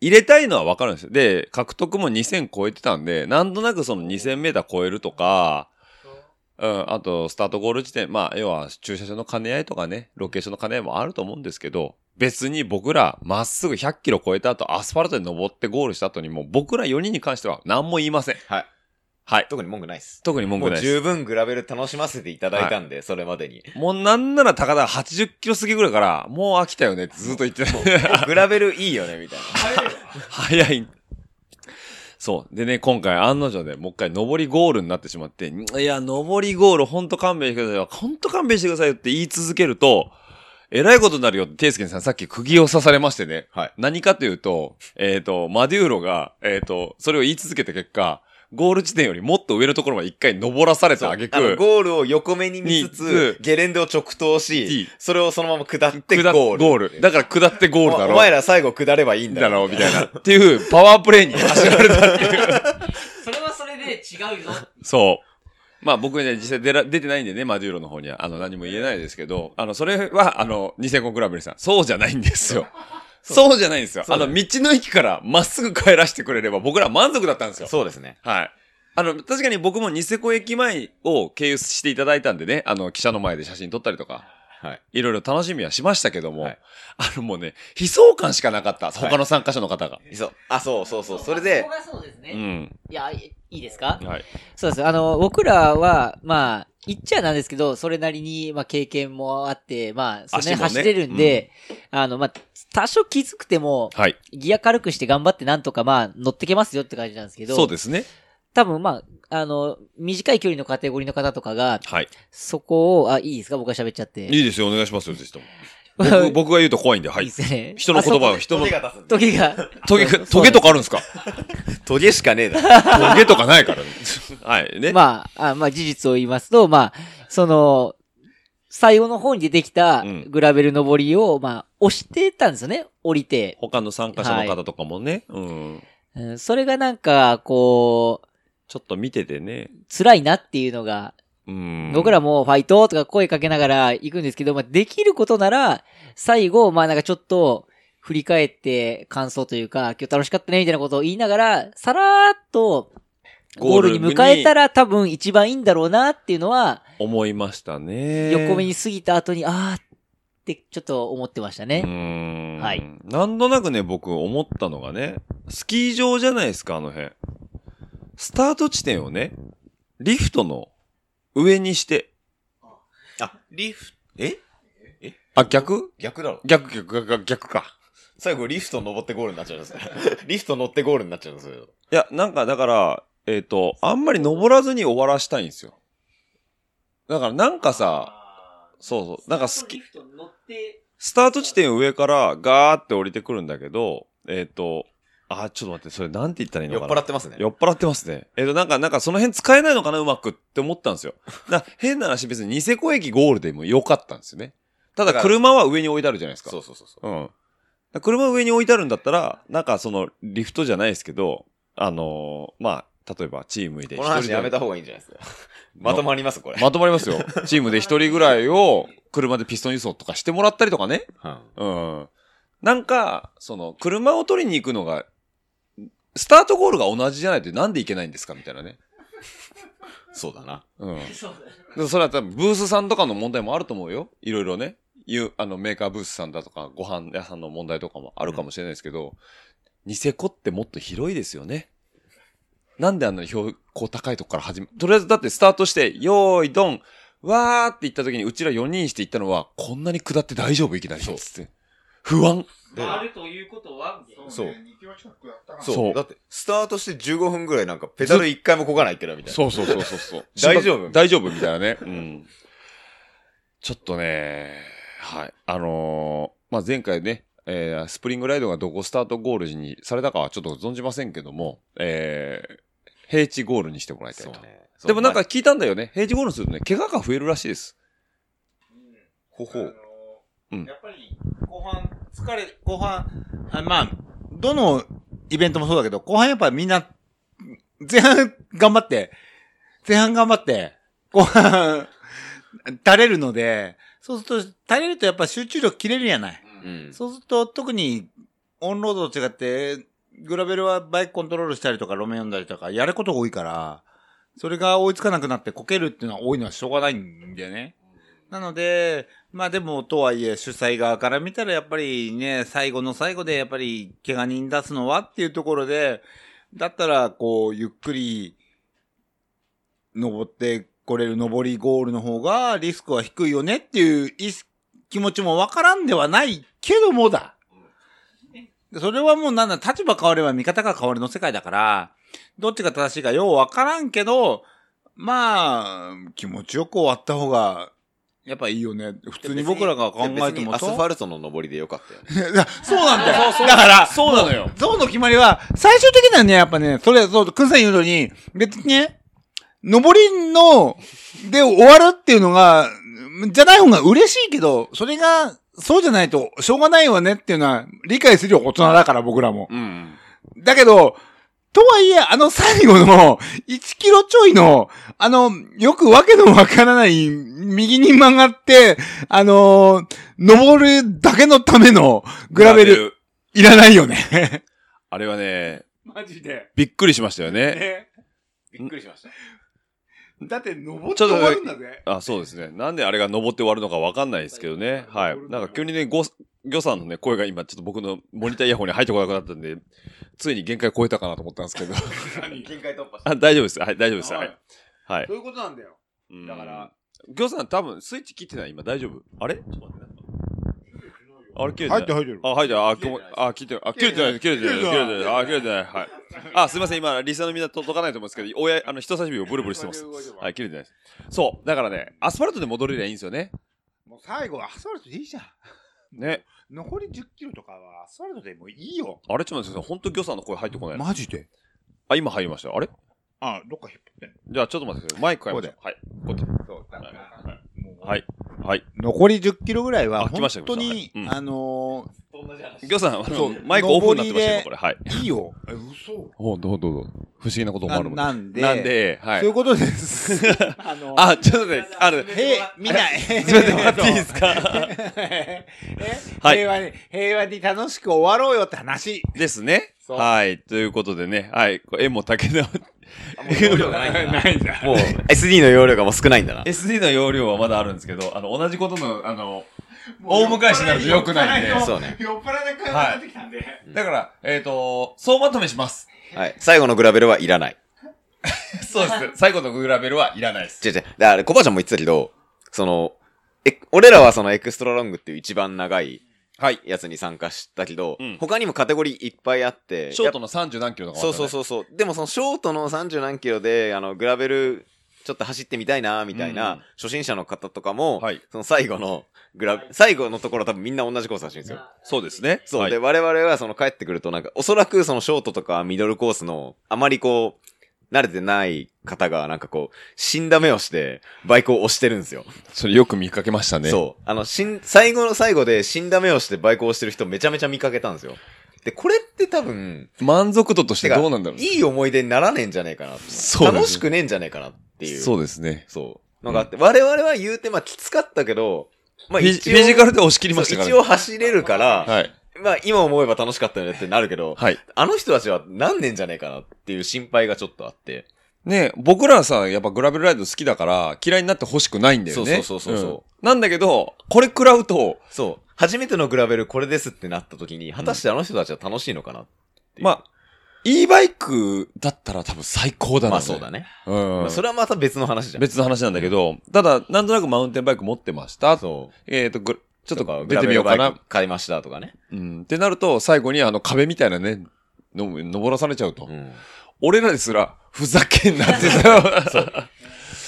S2: 入れたいのはわかるんですよ。で、獲得も2000超えてたんで、なんとなくその2000メーター超えるとか、うん、あと、スタートゴール地点、まあ、要は駐車場の兼ね合いとかね、ロケーションの兼ね合いもあると思うんですけど、別に僕ら、まっすぐ100キロ超えた後、アスファルトに登ってゴールした後にも、僕ら4人に関しては何も言いません。
S4: はい。
S2: はい。
S4: 特に文句ないっす。
S2: 特に文句ない
S4: も
S2: です。
S4: う十分グラベル楽しませていただいたんで、それまでに。
S2: もうなんなら高田80キロ過ぎぐらいから、もう飽きたよねってずっと言ってた。
S4: グラベルいいよね、みたい
S2: 早い。そう。でね、今回案の定でもう一回上りゴールになってしまって、いや、上りゴールほんと勘弁してくださいよ。ほんと勘弁してくださいよって言い続けると、えらいことになるよって、ていすけさんさっき釘を刺されましてね。
S4: はい
S2: 何かというと、えっ、と、マデューロが、えっ、と、それを言い続けた結果、ゴール地点よりもっと上のところまで一回登らされた
S4: な。
S2: 挙
S4: あの
S2: 句、
S4: ゴールを横目に見つ
S2: 見つ
S4: つ、ゲレンデを直投し
S2: い、
S4: それをそのまま下って
S2: 下っ
S4: ゴール。
S2: ゴール。だから下ってゴールだろ。
S4: おお前ら最後下ればいいんだ
S2: だろ、みたいな。 っていう、パワープレイに走られたっていう。
S7: それはそれで違うよ。
S2: そう。まあ僕ね、実際出ら出てないんでね、マデューロの方には、あの、何も言えないですけど、あの、それは、あの、ニセコグラベルさん、そうじゃないんですよ。 そうじゃないんですよ。あの、道の駅からまっすぐ帰らせてくれれば、僕ら満足だったんですよ。
S4: そうですね。
S2: はい。あの、確かに僕もニセコ駅前を経由していただいたんでね、あの、記者の前で写真撮ったりとか、いろいろ楽しみはしましたけども、あのもうね、悲壮感しかなかった。他の参加者の方が。
S4: そう。あ、そうそうそう。それで
S7: こ、こがそうですね。
S2: うん。
S7: いや、いいいですか
S2: はい。
S7: そうです。あの、僕らは、まあ、言っちゃなんですけど、それなりに、まあ、経験もあって、まあ、それなりに
S2: 足もね
S7: 走れるんで、あの、まあ、多少きつくても、
S2: はい。
S7: ギア軽くして頑張ってなんとか、まあ、乗ってけますよって感じなんですけど、
S2: そうですね。
S7: 多分、まあ、あの、短い距離のカテゴリーの方とかが、
S2: はい。
S7: そこを、あ、いいですか僕が喋っちゃって。
S2: いいですよ、お願いしますよ、ぜひと も。僕僕が言うと怖いんで、はい
S7: い
S2: い。
S7: ですね
S2: 人の言葉を、人の。
S7: トゲ が。
S2: トゲ、トゲとかあるん ですか
S4: トゲしかねえだ
S2: ろ。トゲとかないから。はい、ね。
S7: まあ、あまあ事実を言いますと、まあ、その、最後の方に出てきた
S2: ん
S7: グラベル登りを、まあ、押してたんですよね、降りて。
S2: 他の参加者の方とかもね、うん。
S7: うんそれがなんか、こう、
S2: ちょっと見ててね。
S7: 辛いなっていうのが、
S2: うん。
S7: 僕らもファイトとか声かけながら行くんですけど、まあ、できることなら、最後、まあなんかちょっと、振り返って感想というか、今日楽しかったねみたいなことを言いながら、さらーっと、ゴールに向かえたら多分一番いいんだろうなっていうのは、
S2: 思いましたね。
S7: 横目に過ぎた後に、あーってちょっと思ってました
S2: うー
S7: ね。
S2: ん。
S7: はい
S2: なんとなくね、僕思ったのがね、スキー場じゃないですか、あの辺。スタート地点をね、リフトの上にして。
S4: あ、リフ、え
S2: あ、逆
S4: 逆だろ。
S2: 逆、逆、逆、逆か。
S4: 最後リフト登ってゴールになっちゃうんですね。 リフト乗ってゴールになっちゃうんですよ。
S2: いや、なんかだから、えっ、と、あんまり登らずに終わらしたいんですよ。だからなんかさ、そうそう、なんかスキー、スタート地点上からガーって降りてくるんだけど、えっ、と、あ、ちょっと待って、それなんて言ったらいいの
S4: 酔っ
S2: かな
S4: 払ってますね。
S2: 酔っ払ってますね。えっ、と、なんか、なんかその辺使えないのかな、うまくって思ったんですよ。な変な話、別にニセコ駅ゴールでもよかったんですよね。ただ、
S4: だから
S2: 車は上に置いてあるじゃないですか。
S4: そうそうそうそう。
S2: うん。だ車上に置いてあるんだったら、なんかその、リフトじゃないですけど、あのーまあ、例えばチームで
S4: この話
S2: で
S4: やめた方がいいんじゃない ですか。まとまります、これ。
S2: まとまりますよ。チームで一人ぐらいを車でピストン輸送とかしてもらったりとかね。
S4: うん
S2: うん。なんか、その、車を取りに行くのが、スタートゴールが同じじゃないとなんで行けないんですかみたいなね。
S4: そうだな。
S2: うん。で それは多分ブースさんとかの問題もあると思うよ。いろいろね。いう、あの、メーカーブースさんだとか、ご飯屋さんの問題とかもあるかもしれないですけど、ニセコってもっと広いですよね。なんであんなに標高高いとこから始め、とりあえずだってスタートして、よーい、ドン、わーって言った時に、うちら4人して行ったのは、こんなに下って大丈夫いきなり。そう。つって。不安。
S7: あるということは、
S4: そう。
S8: 2キロ近くやったかな。
S2: そ
S4: そうう。だって、スタートして15分ぐらいなんか、ペダル一回もこがないってな、みたいな。
S2: そうそうそうそうそう。
S4: 大丈夫
S2: 大丈夫みたいな ね。うん。ちょっとね、はい。あのーまあ、前回ね、えースプリングライドがどこスタートゴールにされたかはちょっと存じませんけども、えー平地ゴールにしてもらいたいと。
S4: ね。
S2: でもなんか、聞いたんだよね。平地ゴールにするとね、怪我が増えるらしいです。
S4: ほほう。
S8: あのー
S2: うん
S8: やっぱり、後半、疲れ、後半、あまあ、どのイベントもそうだけど、後半やっぱみんな、前半頑張って、前半頑張って、後半、垂れるので、そうすると、垂れるとやっぱ集中力切れるやない。
S4: うん。
S8: そうすると、特に、オンロードと違って、グラベルはバイクコントロールしたりとか、路面読んだりとか、やることが多いから、それが追いつかなくなってこけるっていうのは多いのはしょうがないんだよね。なので、まあでも、とはいえ、主催側から見たら、やっぱりね、最後の最後で、やっぱり、怪我人出すのはっていうところで、だったら、こう、ゆっくり、登ってこれる登りゴールの方が、リスクは低いよねっていう意識気持ちもわからんではないけどもだ。それはもうなんだ、立場変われば見方が変わるの世界だから、どっちが正しいかようわからんけど、まあ、気持ちよく終わった方が、やっぱいいよね。普通に僕らが考えて
S4: 別に
S8: も
S4: アス
S8: そう
S4: ファルトの登りでよかったよね。
S8: いやそうなんだよ。だから、
S2: そうなのよ。
S8: ゾウの決まりは、最終的にはね、やっぱね、それ、そう、くんさん言うのに、別にね、登りの、で終わるっていうのが、じゃない方が嬉しいけど、それが、そうじゃないと、しょうがないよねっていうのは、理解するよ、大人だから、僕らも。
S2: うん。
S8: だけど、とはいえ、あの最後の、1キロちょいの、あの、よくわけのわからない、右に曲がって、あのー登るだけのためのグラベル、。いらないよね。
S2: あれはね、
S8: マジで。
S2: びっくりしましたよね。
S8: ね
S4: びっくりしました。
S8: だって登って
S2: ちょっと
S8: 終わるんだぜ。
S2: あ、そうですね。なんであれが登って終わるのかわかんないですけどね。はい。なんか急にね、ご、魚さんのね、声が今ちょっと僕のモニターイヤホンに入ってこなくなったんで、ついに限界超えたかなと思ったんですけ ど。
S8: 限界突破し
S2: あ大丈夫です。はい、大丈夫です。はい。はい
S8: そう。いうことなんだよ。だから、
S2: 魚さん多分スイッチ切ってない今大丈夫あれちょっと待ってなんかあれ切れて
S15: 入
S2: な
S15: っ
S2: い
S15: て入ってる。
S2: あ、入ってる。あ、切れてないあ、切れてない。あ、切れてない。切れてない。切れてない。あ、切れてない。はい。あ、すいません。今、リスナーのみんな届かないと思うんですけど、親、あの、人差し指をブルブルしてます。はい、切れてないです。そう。だからね、アスファルトで戻れりゃいいんですよね。
S15: もう最後はアスファルトでいいじゃん。
S2: ね。
S15: 残り10キロとかはアスファルトでもういいよ。
S2: あれ、ちょっと待ってください。ほんと魚さんの声入ってこない。
S15: マジで
S2: あ、今入りました。あれ
S15: あ、どっか引っ張って
S2: じゃあ、ちょっと待ってください。マイク変えましょう。はい。こっち。
S15: んそう、だから
S2: はい。はい。
S15: 残り10キロぐらいは、
S2: あ来
S15: 本
S2: ました
S15: 当に
S2: 来、ましたはい
S15: あの
S2: 魚さん、あ
S15: そ
S2: の
S15: う
S2: マイクオフになってま
S15: 上
S2: した
S15: り
S2: よ、
S15: で
S2: これ。はい。
S15: ーいいよ。え、嘘
S2: ほんとほんとほんと不思議なこともあ
S15: な
S2: るもんね
S15: なんで、
S2: なんで、は
S15: そうい
S2: い。
S15: うこと です。あの、
S2: あ、ちょっとね、ある。
S15: へい、みんな、
S2: すみません、待 っていいです か
S15: え
S2: はい
S15: 平和に、平和に楽しく終わろうよって話。
S2: ですね。はい。ということでね、はい。これ縁も竹の、
S15: ないんだ。
S2: もう、
S4: SD の容量がもう少ないんだな。
S2: SD の容量はまだあるんですけど、あの、同じことの、あの、大昔になると良くないんで。
S4: そうね。
S8: 酔っ払いな会話になってきたんで。
S2: だから、えっ、と、総まとめします。
S4: はい。最後のグラベルはいらない。
S2: そうです。 最後のグラベルはいらないです。
S4: 違う違う。だからあれ、コバちゃんも言ってたけど、その、え、俺らはそのエクストラロングっていう一番長い、はい。やつに参加したけど、
S2: うん
S4: 他にもカテゴリーいっぱいあって、
S2: ショートの30何キロとか、
S4: そうそう
S2: う。
S4: そうそう。でもそのショートの30何キロで、あの、グラベル、ちょっと走ってみたいな、みたいな、
S2: うん
S4: 初心者の方とかも、
S2: はい
S4: その最後の、グラ、最後のところ多分みんな同じコース走るんですよ。
S2: そうですね。
S4: そう、
S2: はい
S4: で、我々はその帰ってくるとなんか、おそらくそのショートとかミドルコースの、あまりこう、慣れてない方が、なんかこう、死んだ目をして、バイクを押してるんですよ。
S2: それよく見かけましたね。
S4: そう。あの、死ん、最後の最後で死んだ目をしてバイクを押してる人めちゃめちゃ見かけたんですよ。で、これって多分、
S2: 満足度としてどうなんだろう。
S4: いい思い出にならねえんじゃねえかなと。
S2: そうです
S4: 楽しくねえんじゃねえかなっていう。
S2: そうですね。
S4: そう。のがあって、我々は言うて、まあきつかったけど、まあ
S2: フィ
S4: 一
S2: ジ
S4: 応
S2: フィジカルで押し切りましたから、
S4: そう一応走れるから、
S2: はい。
S4: まあ今思えば楽しかったよねってなるけど、
S2: はい。
S4: あの人たちは何年じゃねえかなっていう心配がちょっとあって。
S2: ね僕らはさ、やっぱグラベルライド好きだから、嫌いになってほしくないんだよね。
S4: そうそうそうそうそうん
S2: なんだけど、これ食らうと、
S4: そう。初めてのグラベルこれですってなった時に、果たしてあの人たちは楽しいのかなっていう。
S2: まあ、e バイクだったら多分最高だな、
S4: まあそうだ
S2: ね。
S4: ね。
S2: う
S4: ま
S2: ん。
S4: あそれはまた別の話じゃん。
S2: 別の話なんだけど、ただ、なんとなくマウンテンバイク持ってました。
S4: そう。
S2: えっ、と、ぐちょっ
S4: とか
S2: と出てみようか
S4: グラ
S2: な
S4: ベルバイ。ク買いましたとかね。
S2: うん。ってなると、最後にあの壁みたいなね、の登らされちゃうと。
S4: うん。
S2: 俺らですら、ふざけんなって さ。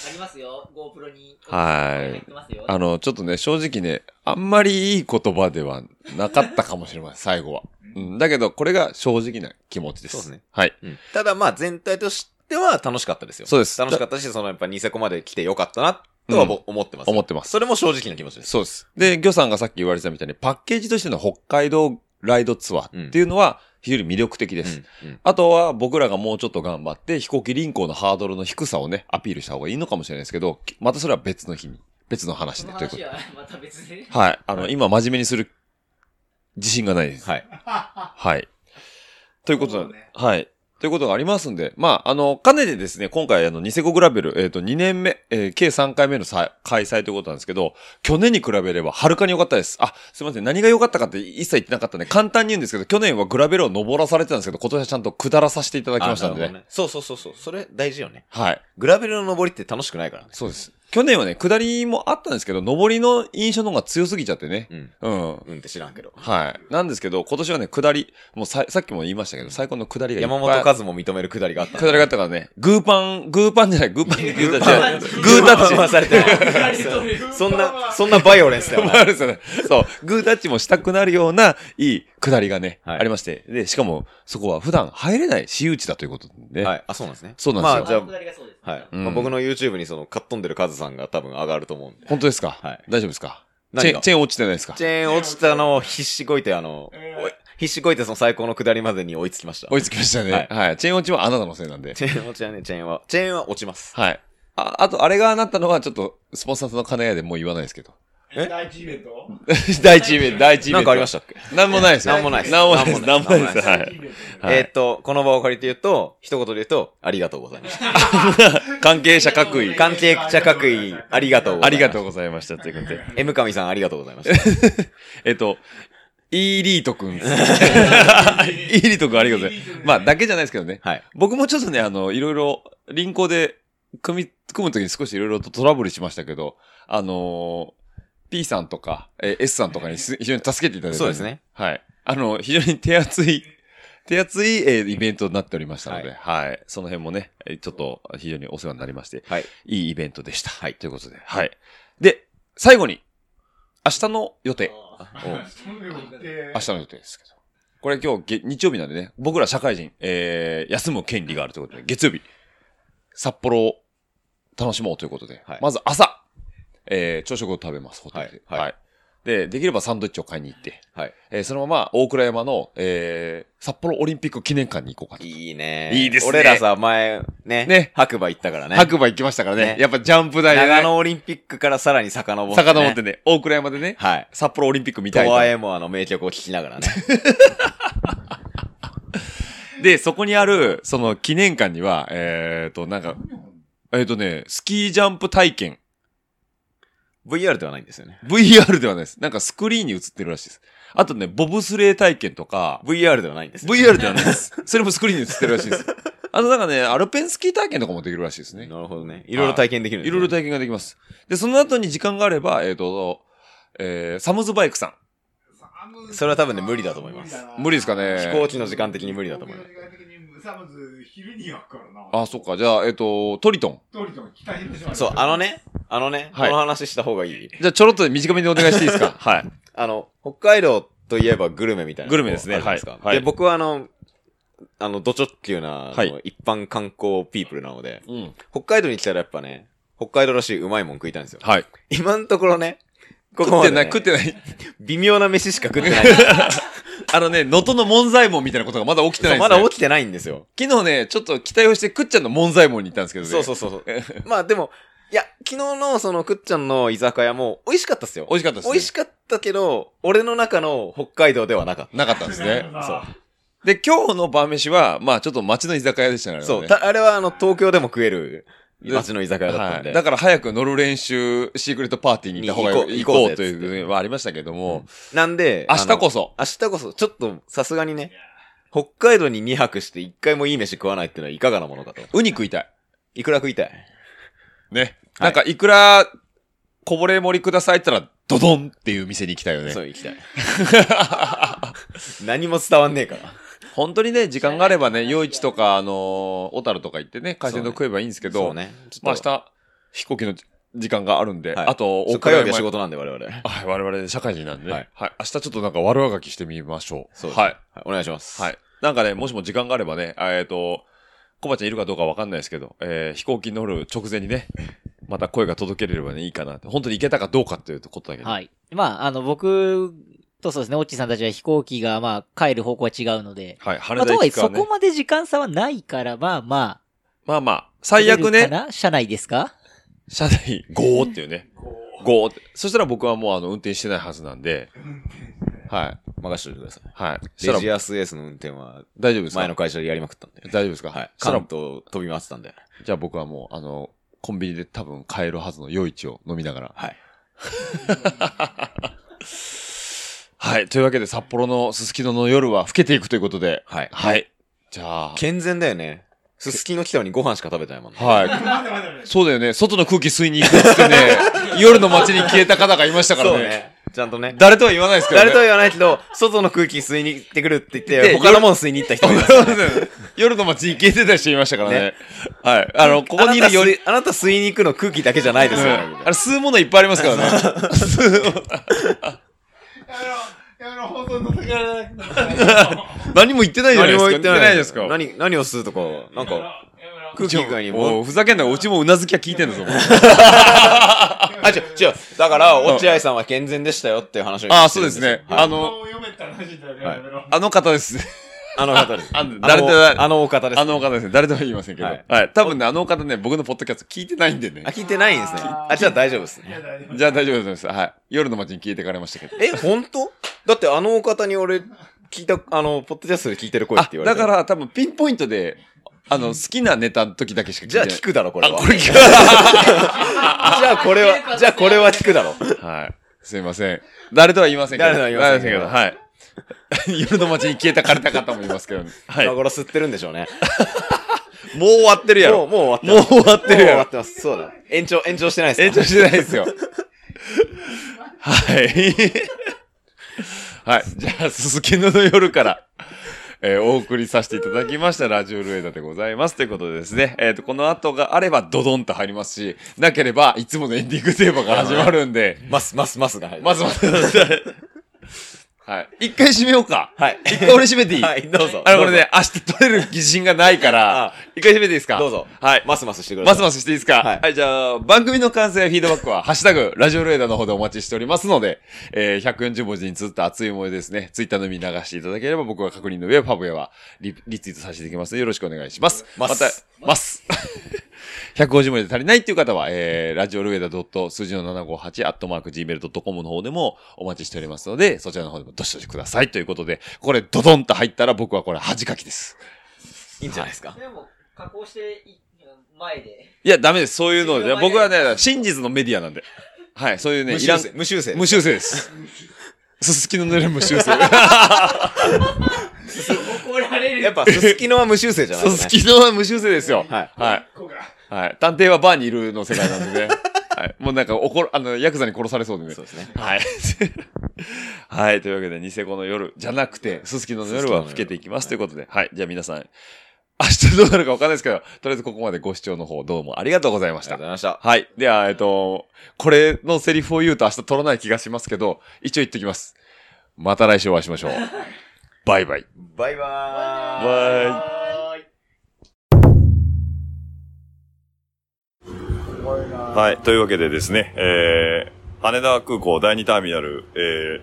S7: ありますよ。GoPro に。
S2: はい
S7: てますよ
S2: あの、ちょっとね、正直ね、あんまりいい言葉ではなかったかもしれませ ん、最後は。うん、だけど、これが正直な気持ちです。
S4: そうですね。
S2: はい。
S4: うんただまあ全体としては楽しかったですよ。
S2: そうです
S4: 楽しかったし、そのやっぱニセコまで来てよかったなとはぼ思ってます。
S2: 思ってます。
S4: それも正直な気持ちです。
S2: そうです。で、魚さんがさっき言われてたみたいに、パッケージとしての北海道ライドツアーっていうのは、非常に魅力的です。
S4: うんうん
S2: あとは、僕らがもうちょっと頑張って、飛行機輪行のハードルの低さをね、アピールした方がいいのかもしれないですけど、またそれは別の日に、別の話で。ということで。
S7: はまた別で。
S2: はい。あの、今真面目にする自信がないです。
S4: はい。
S2: はい。ということなんで、はい。ということがありますんで、まあ、あの、かねてですね、今回、あの、ニセコグラベル、えっ、と、2年目、えー計3回目のさ開催ということなんですけど、去年に比べれば、はるかに良かったです。あ、すいません、何が良かったかって一切言ってなかったんで、簡単に言うんですけど、去年はグラベルを登らされてたんですけど、今年はちゃんと下らさせていただきましたんで
S4: あな
S2: ね。
S4: るほどそうそうそうそう。それ大事よね。
S2: はい。
S4: グラベルの登りって楽しくないからね。
S2: そうです。去年はね、下りもあったんですけど、登りの印象の方が強すぎちゃってね。
S4: うん。
S2: うん。
S4: うんって知らんけど。
S2: はい。なんですけど、今年はね、下り、もうささっきも言いましたけど、最高の下りがいっぱい
S4: 山本和も認めるくだりがあった。
S2: 下りがあったからね、グーパン、グーパンじゃない、グーパンでグータッ チじゃない。グ
S4: グ
S2: ー
S4: ー
S2: タッ
S4: タッ
S2: チ
S4: チ
S2: も
S4: は
S2: さ
S4: さ
S2: れ
S4: れ
S2: て
S4: て
S2: る。
S4: る。そんな、そんなバイオレンスだよ
S2: ある
S4: な。
S2: んですよねそう、グータッチもしたくなるような、いい下りがね、
S4: はい
S2: ありまして。で、しかも、そこは普段入れない私有地だということでね。
S4: はい。あ、そうなんですね。
S2: そうなんで
S4: ますあ、
S2: よ。
S4: じ
S7: りがそうです。
S4: ゃあ、はい。
S2: うん
S4: まあ、僕の YouTube にその、かっ飛んでるカズさんが多分上がると思うんで。
S2: 本当ですか、
S4: はい
S2: 大丈夫ですかチ
S4: 何
S2: ェー
S4: が
S2: ン、チェーン落ちてないですか
S4: チェーン落ちたのを必死こいて、あの、おい必死こいてその最高の下りまでに追いつきました。
S2: 追いつきましたね、は
S4: はいい。
S2: チェーン落ちはあなたのせいなんで。
S4: チェーン落ちはね、チェーンは、チェーンは落ちます。
S2: はい。あ、あと、あれがなったのは、ちょっと、スポンサーとの金屋でもう言わないですけど。第一イベント第一イベント
S4: なんかありましたっけ
S2: なんもないです。
S4: なんもないです
S2: なんもないです。な
S4: なんん
S2: も
S4: も
S2: な
S4: ないい
S2: で。
S4: ですす
S2: はい。はい
S4: えーっと、この場を借りて言うと、一言で言うと、ありがとうございました。
S2: 関係者各位。
S4: 関係者各位、ありがとうござ
S2: あ
S4: いま
S2: り
S4: した。
S2: がとうございました。ということで。
S4: M 神さん、ありがとうございました。
S2: えっと、イーリート くん。イーリートくんありがとうございます。まあ、だけじゃないですけどね。
S4: はい。
S2: 僕もちょっとね、あの、いろいろ、輪行で、組み、組むときに少しいろいろとトラブルしましたけど、あのー P さんとか、えー S さんとかにす非常に助けていただいて、
S4: そうですね。
S2: はい。あの、非常に手厚い、手厚い、えーイベントになっておりましたので、はい、その辺もね、えーちょっと非常にお世話になりまして、
S4: はい。
S2: いいイベントでした。はい。ということで、はい。で、最後に、明日の予定。明日の予定ですけど。これ今日げ、日曜日なんでね、僕ら社会人、えー、休む権利があるということで、月曜日、札幌を楽しもうということで、
S4: はい
S2: まず朝、えー、朝食を食べます、ホテルで。は。
S4: はいいはい
S2: で、できればサンドイッチを買いに行って、
S4: はい。
S2: えー、そのまま大倉山の、えー、札幌オリンピック記念館に行こうかと。
S4: いいね。
S2: いいですね
S4: 俺らさ、前、ね、
S2: ね
S4: 白馬行ったからね。
S2: 白馬行きましたからね。
S4: ね
S2: やっぱジャンプ台で、ね、
S4: 長野オリンピックからさらに遡って、ね。
S2: 遡ってね、大倉山でね、
S4: はい。
S2: 札幌オリンピック見
S4: ト
S2: たいと
S4: ワエモアの名曲を聴きなが らね。
S2: で、そこにある、その記念館には、えっ、と、なんか、えっ、とね、スキージャンプ体験、
S4: VR ではないんですよね。
S2: VR ではないです。なんかスクリーンに映ってるらしいです。あとね、ボブスレー体験とか、
S4: VR ではないんですよ、
S2: VR ではない です。それもスクリーンに映ってるらしいです。あとなんかね、アルペンスキー体験とかもできるらしいですね。
S4: なるほどね。いろいろ体験できるん で
S2: い
S4: す
S2: ろ
S4: ね
S2: いろ体験ができます。で、その後に時間があれば、えっ、と、えー、サムズバイクさ
S4: それは多分ね、無理だと思います。
S2: ん。無理ですかね。
S4: 飛行機の時間的に無理だと思います。
S2: あ、そっか。じゃあ、えっ、と、トリトン。
S4: そう、あのね、あのね、
S2: はい
S4: この話した方がいい。
S2: じゃあ、ちょろっと短めにお願いしていいですか はい。
S4: あの、北海道といえばグルメみたいな。
S2: グルメですね
S4: あるじゃなか
S2: はいはい
S4: で、僕はあの、あの、ド直球な、あの
S2: はい
S4: 一般観光ピープルなので、
S2: うん。
S4: 北海道に来たらやっぱね、北海道らしいうまいもん食いたいんですよ。
S2: はい。
S4: 今のところね、ここ
S2: 食っ
S4: ま
S2: て
S4: で、
S2: ない、
S4: ね、
S2: 食ってない。
S4: 微妙な飯しか食ってな い。
S2: あのね、能登の門左衛門みたいなことがまだ起きてないんです
S4: ま
S2: ね。
S4: だ起きてないんですよ。
S2: 昨日ね、ちょっと期待をして、くっちゃんの門左衛門に行ったんですけどね。
S4: そうそうそう そう。まあでも、いや、昨日のそのくっちゃんの居酒屋も美味しかったっすよ。
S2: 美味しかったですね。
S4: 美味しかったけど、俺の中の北海道ではなかっ
S2: なかったんですね。
S4: た。そう。
S2: で、今日の晩飯は、まあちょっと街の居酒屋でしたからね。
S4: そう。たあれはあの、東京でも食える
S2: で
S4: 街の居酒屋だった
S2: は
S4: んで。
S2: い。だから早く乗る練習、シークレットパーティーに行った方が
S4: に
S2: 行
S4: 行
S2: こ
S4: こ
S2: う
S4: う
S2: 行こうというのはありましたけども、
S4: なんで、
S2: 明日こ
S4: そ。
S2: そ。
S4: 明日こそ、ちょっとさすがにね、北海道に2泊して1回もいい飯食わないっていうのはいかがなものかと。
S2: ウニ食いたい。
S4: いくら食いたい
S2: ね。
S4: はい
S2: なんか、いくら、こぼれ盛りくださいって言ったら、ドドンっていう店に行きたいよね。
S4: そう、行きたい。 何も伝わんねえから。
S2: 本当にね、時間があればね、夜市とか、あのー小樽とか行ってね、海鮮丼
S4: そう
S2: 食
S4: ね
S2: えばいいんですけ
S4: そ
S2: ど、
S4: うね。ち
S2: まあ
S4: ょっ
S2: 明
S4: と
S2: 日、飛行機の時間があるんで、
S4: はい
S2: あと、
S4: そう火曜日は仕事なんで我々。
S2: はい、我々社会人なんでね、は
S4: はいい。
S2: 明日ちょっとなんか悪あがきしてみましょう。
S4: そうです
S2: はい。
S4: はいお願いします。
S2: はい。なんかね、もしも時間があればね、あえっ、と、コバちゃんいるかどうかわかんないですけど、えー飛行機に乗る直前にね、また声が届けれればね、いいかなって。本当に行けたかどうかっていうことだけど。
S7: はい。まあ、あの、僕とそうですね、オッチーさんたちは飛行機が、まあ、帰る方向は違うので、
S2: はい。
S7: まあ、
S2: 羽田
S7: とは
S2: 行
S7: いえ、
S2: きか
S7: そ
S2: ね
S7: こ。まで時間差はないから、まあまあ、
S2: まあまあ、最悪
S7: 取れる
S2: ね、
S7: かな車内ですか
S2: 車内ゴーっていうね。ゴーって。そしたら僕はもうあの、運転してないはずなんで、はい。
S4: 任せておいてください。
S2: はい。した
S4: レ
S2: ら
S4: ジアスエースの運転は、
S2: 大丈夫ですか
S4: 前の会社でやりまくったんで。
S2: 大丈夫ですか
S4: はい。
S2: そした
S4: 関
S2: ら、
S4: 東飛び回ってたんで。
S2: じゃあ僕はもう、あの、コンビニで多分買えるはずの夜市を飲みながら。
S4: はい。
S2: はい。というわけで、札幌のすすきのの夜は更けていくということで。
S4: はい。
S2: はい。じゃあ。
S4: 健全だよね。すすきの来たのにご飯しか食べてないもんね。
S2: はい。そうだよね。外の空気吸いに行くっつ ってね、夜の街に消えた方がいましたから
S4: そう
S2: ね。
S4: ね。ちゃんとね。
S2: 誰とは言わないですけどね。
S4: 誰とは言わないけど、外の空気吸いに行ってくるって言っ
S2: で
S4: て、他のもん吸いに行った人もいます
S2: そうですね夜の街に消えてた人いましたからね。
S4: ね
S2: はい。あの、ここにいるより、
S4: あなた吸いあなた吸いに行くの空気だけじゃないです
S2: う
S4: よ
S2: ん
S4: ね。
S2: あれ吸うものいっぱいありますからね。何も言ってないじゃないで
S4: 何
S2: す
S4: も
S2: か。
S4: 言ってない
S2: ですか。
S4: 何、何を吸うとか、なんか、空気以外に
S2: も
S4: も。
S2: うふざけんなよ。うちもうなずきは聞いてんだぞ。
S4: あ、違う、違う。だから、落合さんは健全でしたよっていう話を
S2: ああ、そうですね。
S4: あ
S2: あ
S4: の、
S2: の、あの方です。あの方です。
S4: あの誰と誰
S2: あのお方です。
S4: あのお方ですね。誰とは言いませんけど。
S2: は
S4: はいい。多分ね、あのお方ね、僕のポッドキャスト聞いてないんでね
S16: あ、。聞いてないんですね。あ、じゃあ大丈夫ですね。
S4: じゃあ大丈夫です。はい。夜の街に聞いてかれましたけど。
S16: え、本当だってあのお方に俺、聞いた、あの、ポッドキャストで聞いてる声って
S4: あ、
S16: 言われ
S4: だ
S16: て。
S4: から多分ピンポイントで、あの、好きなネタの時だけしか聞い
S16: じ
S4: て
S16: ゃ
S4: な
S16: あ
S4: い。
S16: 聞くだろ、これは。
S4: これ聞く
S16: じゃあこれは、じゃあこれは聞くだろ。
S4: はい。すいません。誰とは言いませんけど。
S16: 誰とは言いませんけど
S4: 誰とは言いませんけどはい。 夜の街に消えたかれた方もいますけどね。はい。
S16: 今
S4: もう
S16: 頃吸ってるんでしょうね。
S4: 終わってるや
S16: も
S4: ろ。
S16: う、もう終わって
S4: もう終わって
S16: もう
S4: る
S16: 終
S4: や
S16: わ
S4: ろ
S16: っ。てます。そうだ。延長、延長してないですか
S4: 延長してない ですよ。はい。はい。じゃあ、すすきのの夜から、えーお送りさせていただきましたラジオルエダでございます。ということでですね、えっ、と、この後があればドドンと入りますし、なければいつものエンディングテーマが始まるんで、
S16: ます、ます、ますが入る。
S4: まずまず、はい。一回締めようか。
S16: はい。
S4: 一回俺締めていい
S16: はい、どうぞ。
S4: あの、これね、明日取れる自信がないから
S16: あ、
S4: 一回締めていいですか
S16: どうぞ
S4: はい。
S16: ますますしてくださ
S4: ま
S16: い。
S4: すますしていいですか
S16: は
S4: はいい、じゃあ、番組の完成やフィードバックは、ハッシュタグ、ラジオルエダの方でお待ちしておりますので、えー、140文字に綴った熱い思いですね、ツイッターのみ流していただければ、僕が確認の上、パブへはリ、リツイートさせていただきますので、よろしくお願いします。
S16: ま
S4: ますた、ます。150文字で足りないっていう方は、えー、ラジオルエダ数字の758、アットマーク、gmail.com の方でもお待ちしておりますので、そちらの方でもどしどしくださいということで、これ、ドドンと入ったら僕はこれ、恥かきです。
S16: いいんじゃないですか。
S7: でも、加工して、前で。
S4: いや、ダメです。そういうので。僕はね、真実のメディアなんで。はい、そういうね、
S16: 無
S4: いら
S16: 修正。
S4: ん
S16: 無修正。
S4: 無修正です。すすきの塗れ無修正。
S7: 怒られ
S16: やっぱ、すすきのは無修正じゃない
S4: す
S16: です
S4: す
S16: ね。
S4: きのは無修正ですよ。
S16: はい
S4: はい。はい。探偵はバーにいるの世界なんでね。はい。もうなんか怒る、あの、ヤクザに殺されそうでね。
S16: そうですね。
S4: はい。 はい。というわけで、ニセコの夜じゃなくて、すすきのの夜は更けていきますということで、はい。じゃあ皆さん、明日どうなるかわかんないですけど、とりあえずここまでご視聴の方どうもありがとうございまし
S16: ありがとうご。
S4: た
S16: ざいました。
S4: はい。では、えっと、これのセリフを言うと明日取らない気がしますけど、一応言っときます。また来週お会いしま しょう。バイバイ。
S16: バイバーイ。
S4: バイ。
S2: はい。というわけでですね、えー、羽田空港第2ターミナル、えー、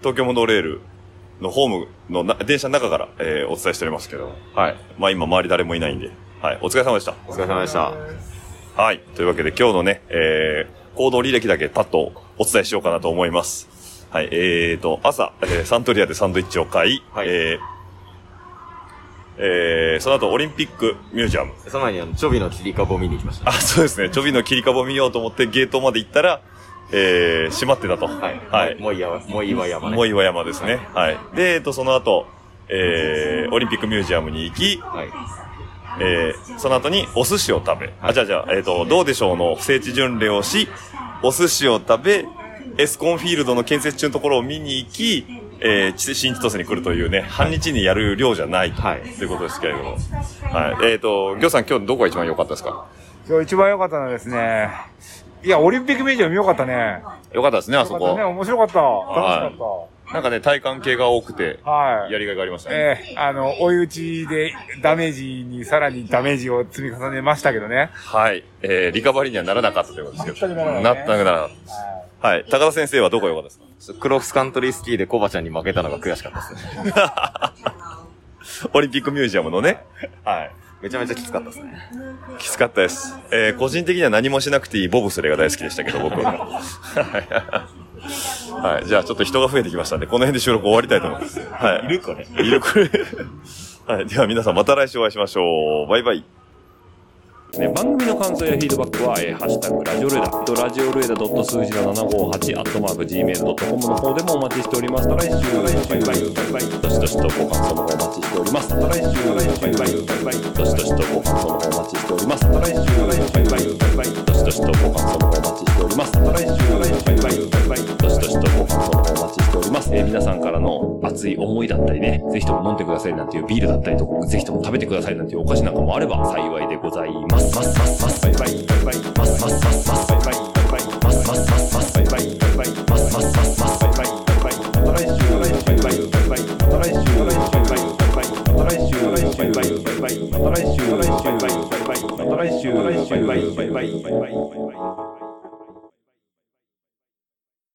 S2: 東京モノレールのホームのな電車の中から、えー、お伝えしておりますけど、はい。まあ今周り誰もいないんで、はい。お疲れ様でした。
S16: お疲れ様でした。
S2: はい。というわけで今日のね、えー、行動履歴だけパッとお伝えしようかなと思います。はい。えーと、朝、えーサントリアでサンドイッチを買い、
S16: はい
S2: えーえー、その後オリンピックミュージアム。
S16: その前に、あの、チョビの切り株を見に行きました。
S2: あ、そうですね。ちょびの切り株を見ようと思ってゲートまで行ったら、えー、閉まってたと。ははい。
S16: もういいわ、もういいわ山ね。
S2: もう岩山ですね。はい。で、えっと、その後、えー、オリンピックミュージアムに行き、
S16: はい。
S2: えー、その後にお寿司を食べ、あ、じゃあじゃあ、えっ、と、どうでしょうの聖地巡礼をし、お寿司を食べ、エスコンフィールドの建設中のところを見に行き、えー、ち新千歳に来るというね、半日にやる量じゃないと,、
S16: はい
S2: い、うことですけれども。はい。えっ、と、ぎょうさん今日どこが一番良かったですか
S8: 今日一番良かったのはですね、いや、オリンピックミュージアム良かったね。
S2: 良かったですね、あそ
S8: 良かったね、
S2: こ。
S8: 面白かった。
S2: はい
S8: 楽しかっ
S2: なんかね、体感系が多くて、
S8: た。はい。
S2: やりがいがありましたね。
S8: ええあの、追い打ちでダメージにさらにダメージを積み重ねましたけどね。
S2: はい。えー、リカバリーにはならなかったということですけど。
S8: 全くなら
S2: な
S8: なか
S2: っ
S8: ったね
S2: たくならなかった。はい。高田先生はどこが良かったですか
S16: クロスカントリースキーでコバちゃんに負けたのが悔しかったですね。
S2: オリンピックミュージアムのね。はい。
S16: めちゃめちゃきつかったですね。
S2: きつかったです。えー、個人的には何もしなくていいボブスレーが大好きでしたけど、僕は。 はい。はい。じゃあ、ちょっと人が増えてきましたんで、この辺で収録終わりたいと思います。はい。いるこれ。いるこれ。 はい。では皆さんまた来週お会いしましょう。バイバイ。
S17: ね、番組の感想やフィードバックは、えーハッシュタグラジオルエダ、えっとラジオルエダ数字の758、アットマーク、gmail.com の方でもお待ちしております。また来週、バイバイ、バイバイ、どしどしとご感想の方お待ちしております。また来週、バイバイ、バイバイ、どしどしとご感想の方お待ちしております。また来週、バイバイ、バイバイ、どしどしとご感想の方お待ちしております。また来週、バイバイ、バイバイ、どしどしとご感想の方お待ちしております。えー皆さんからの熱い思いだったりね、ぜひとも飲んでくださいなんていうビールだったりとか、ぜひとも食べてくださいなんていうお菓子なんかもあれば幸いでございます。ますますますバイバイバイバイますますますますバイバイバイバイますますますますバイバイバイバイますますますますバイバイバイバイまた来週バイバイバイバイまた来週バイバイバイバイまた来週バイバイバイバイまた来週バイバイバイバイまた来週バイバイバイバイ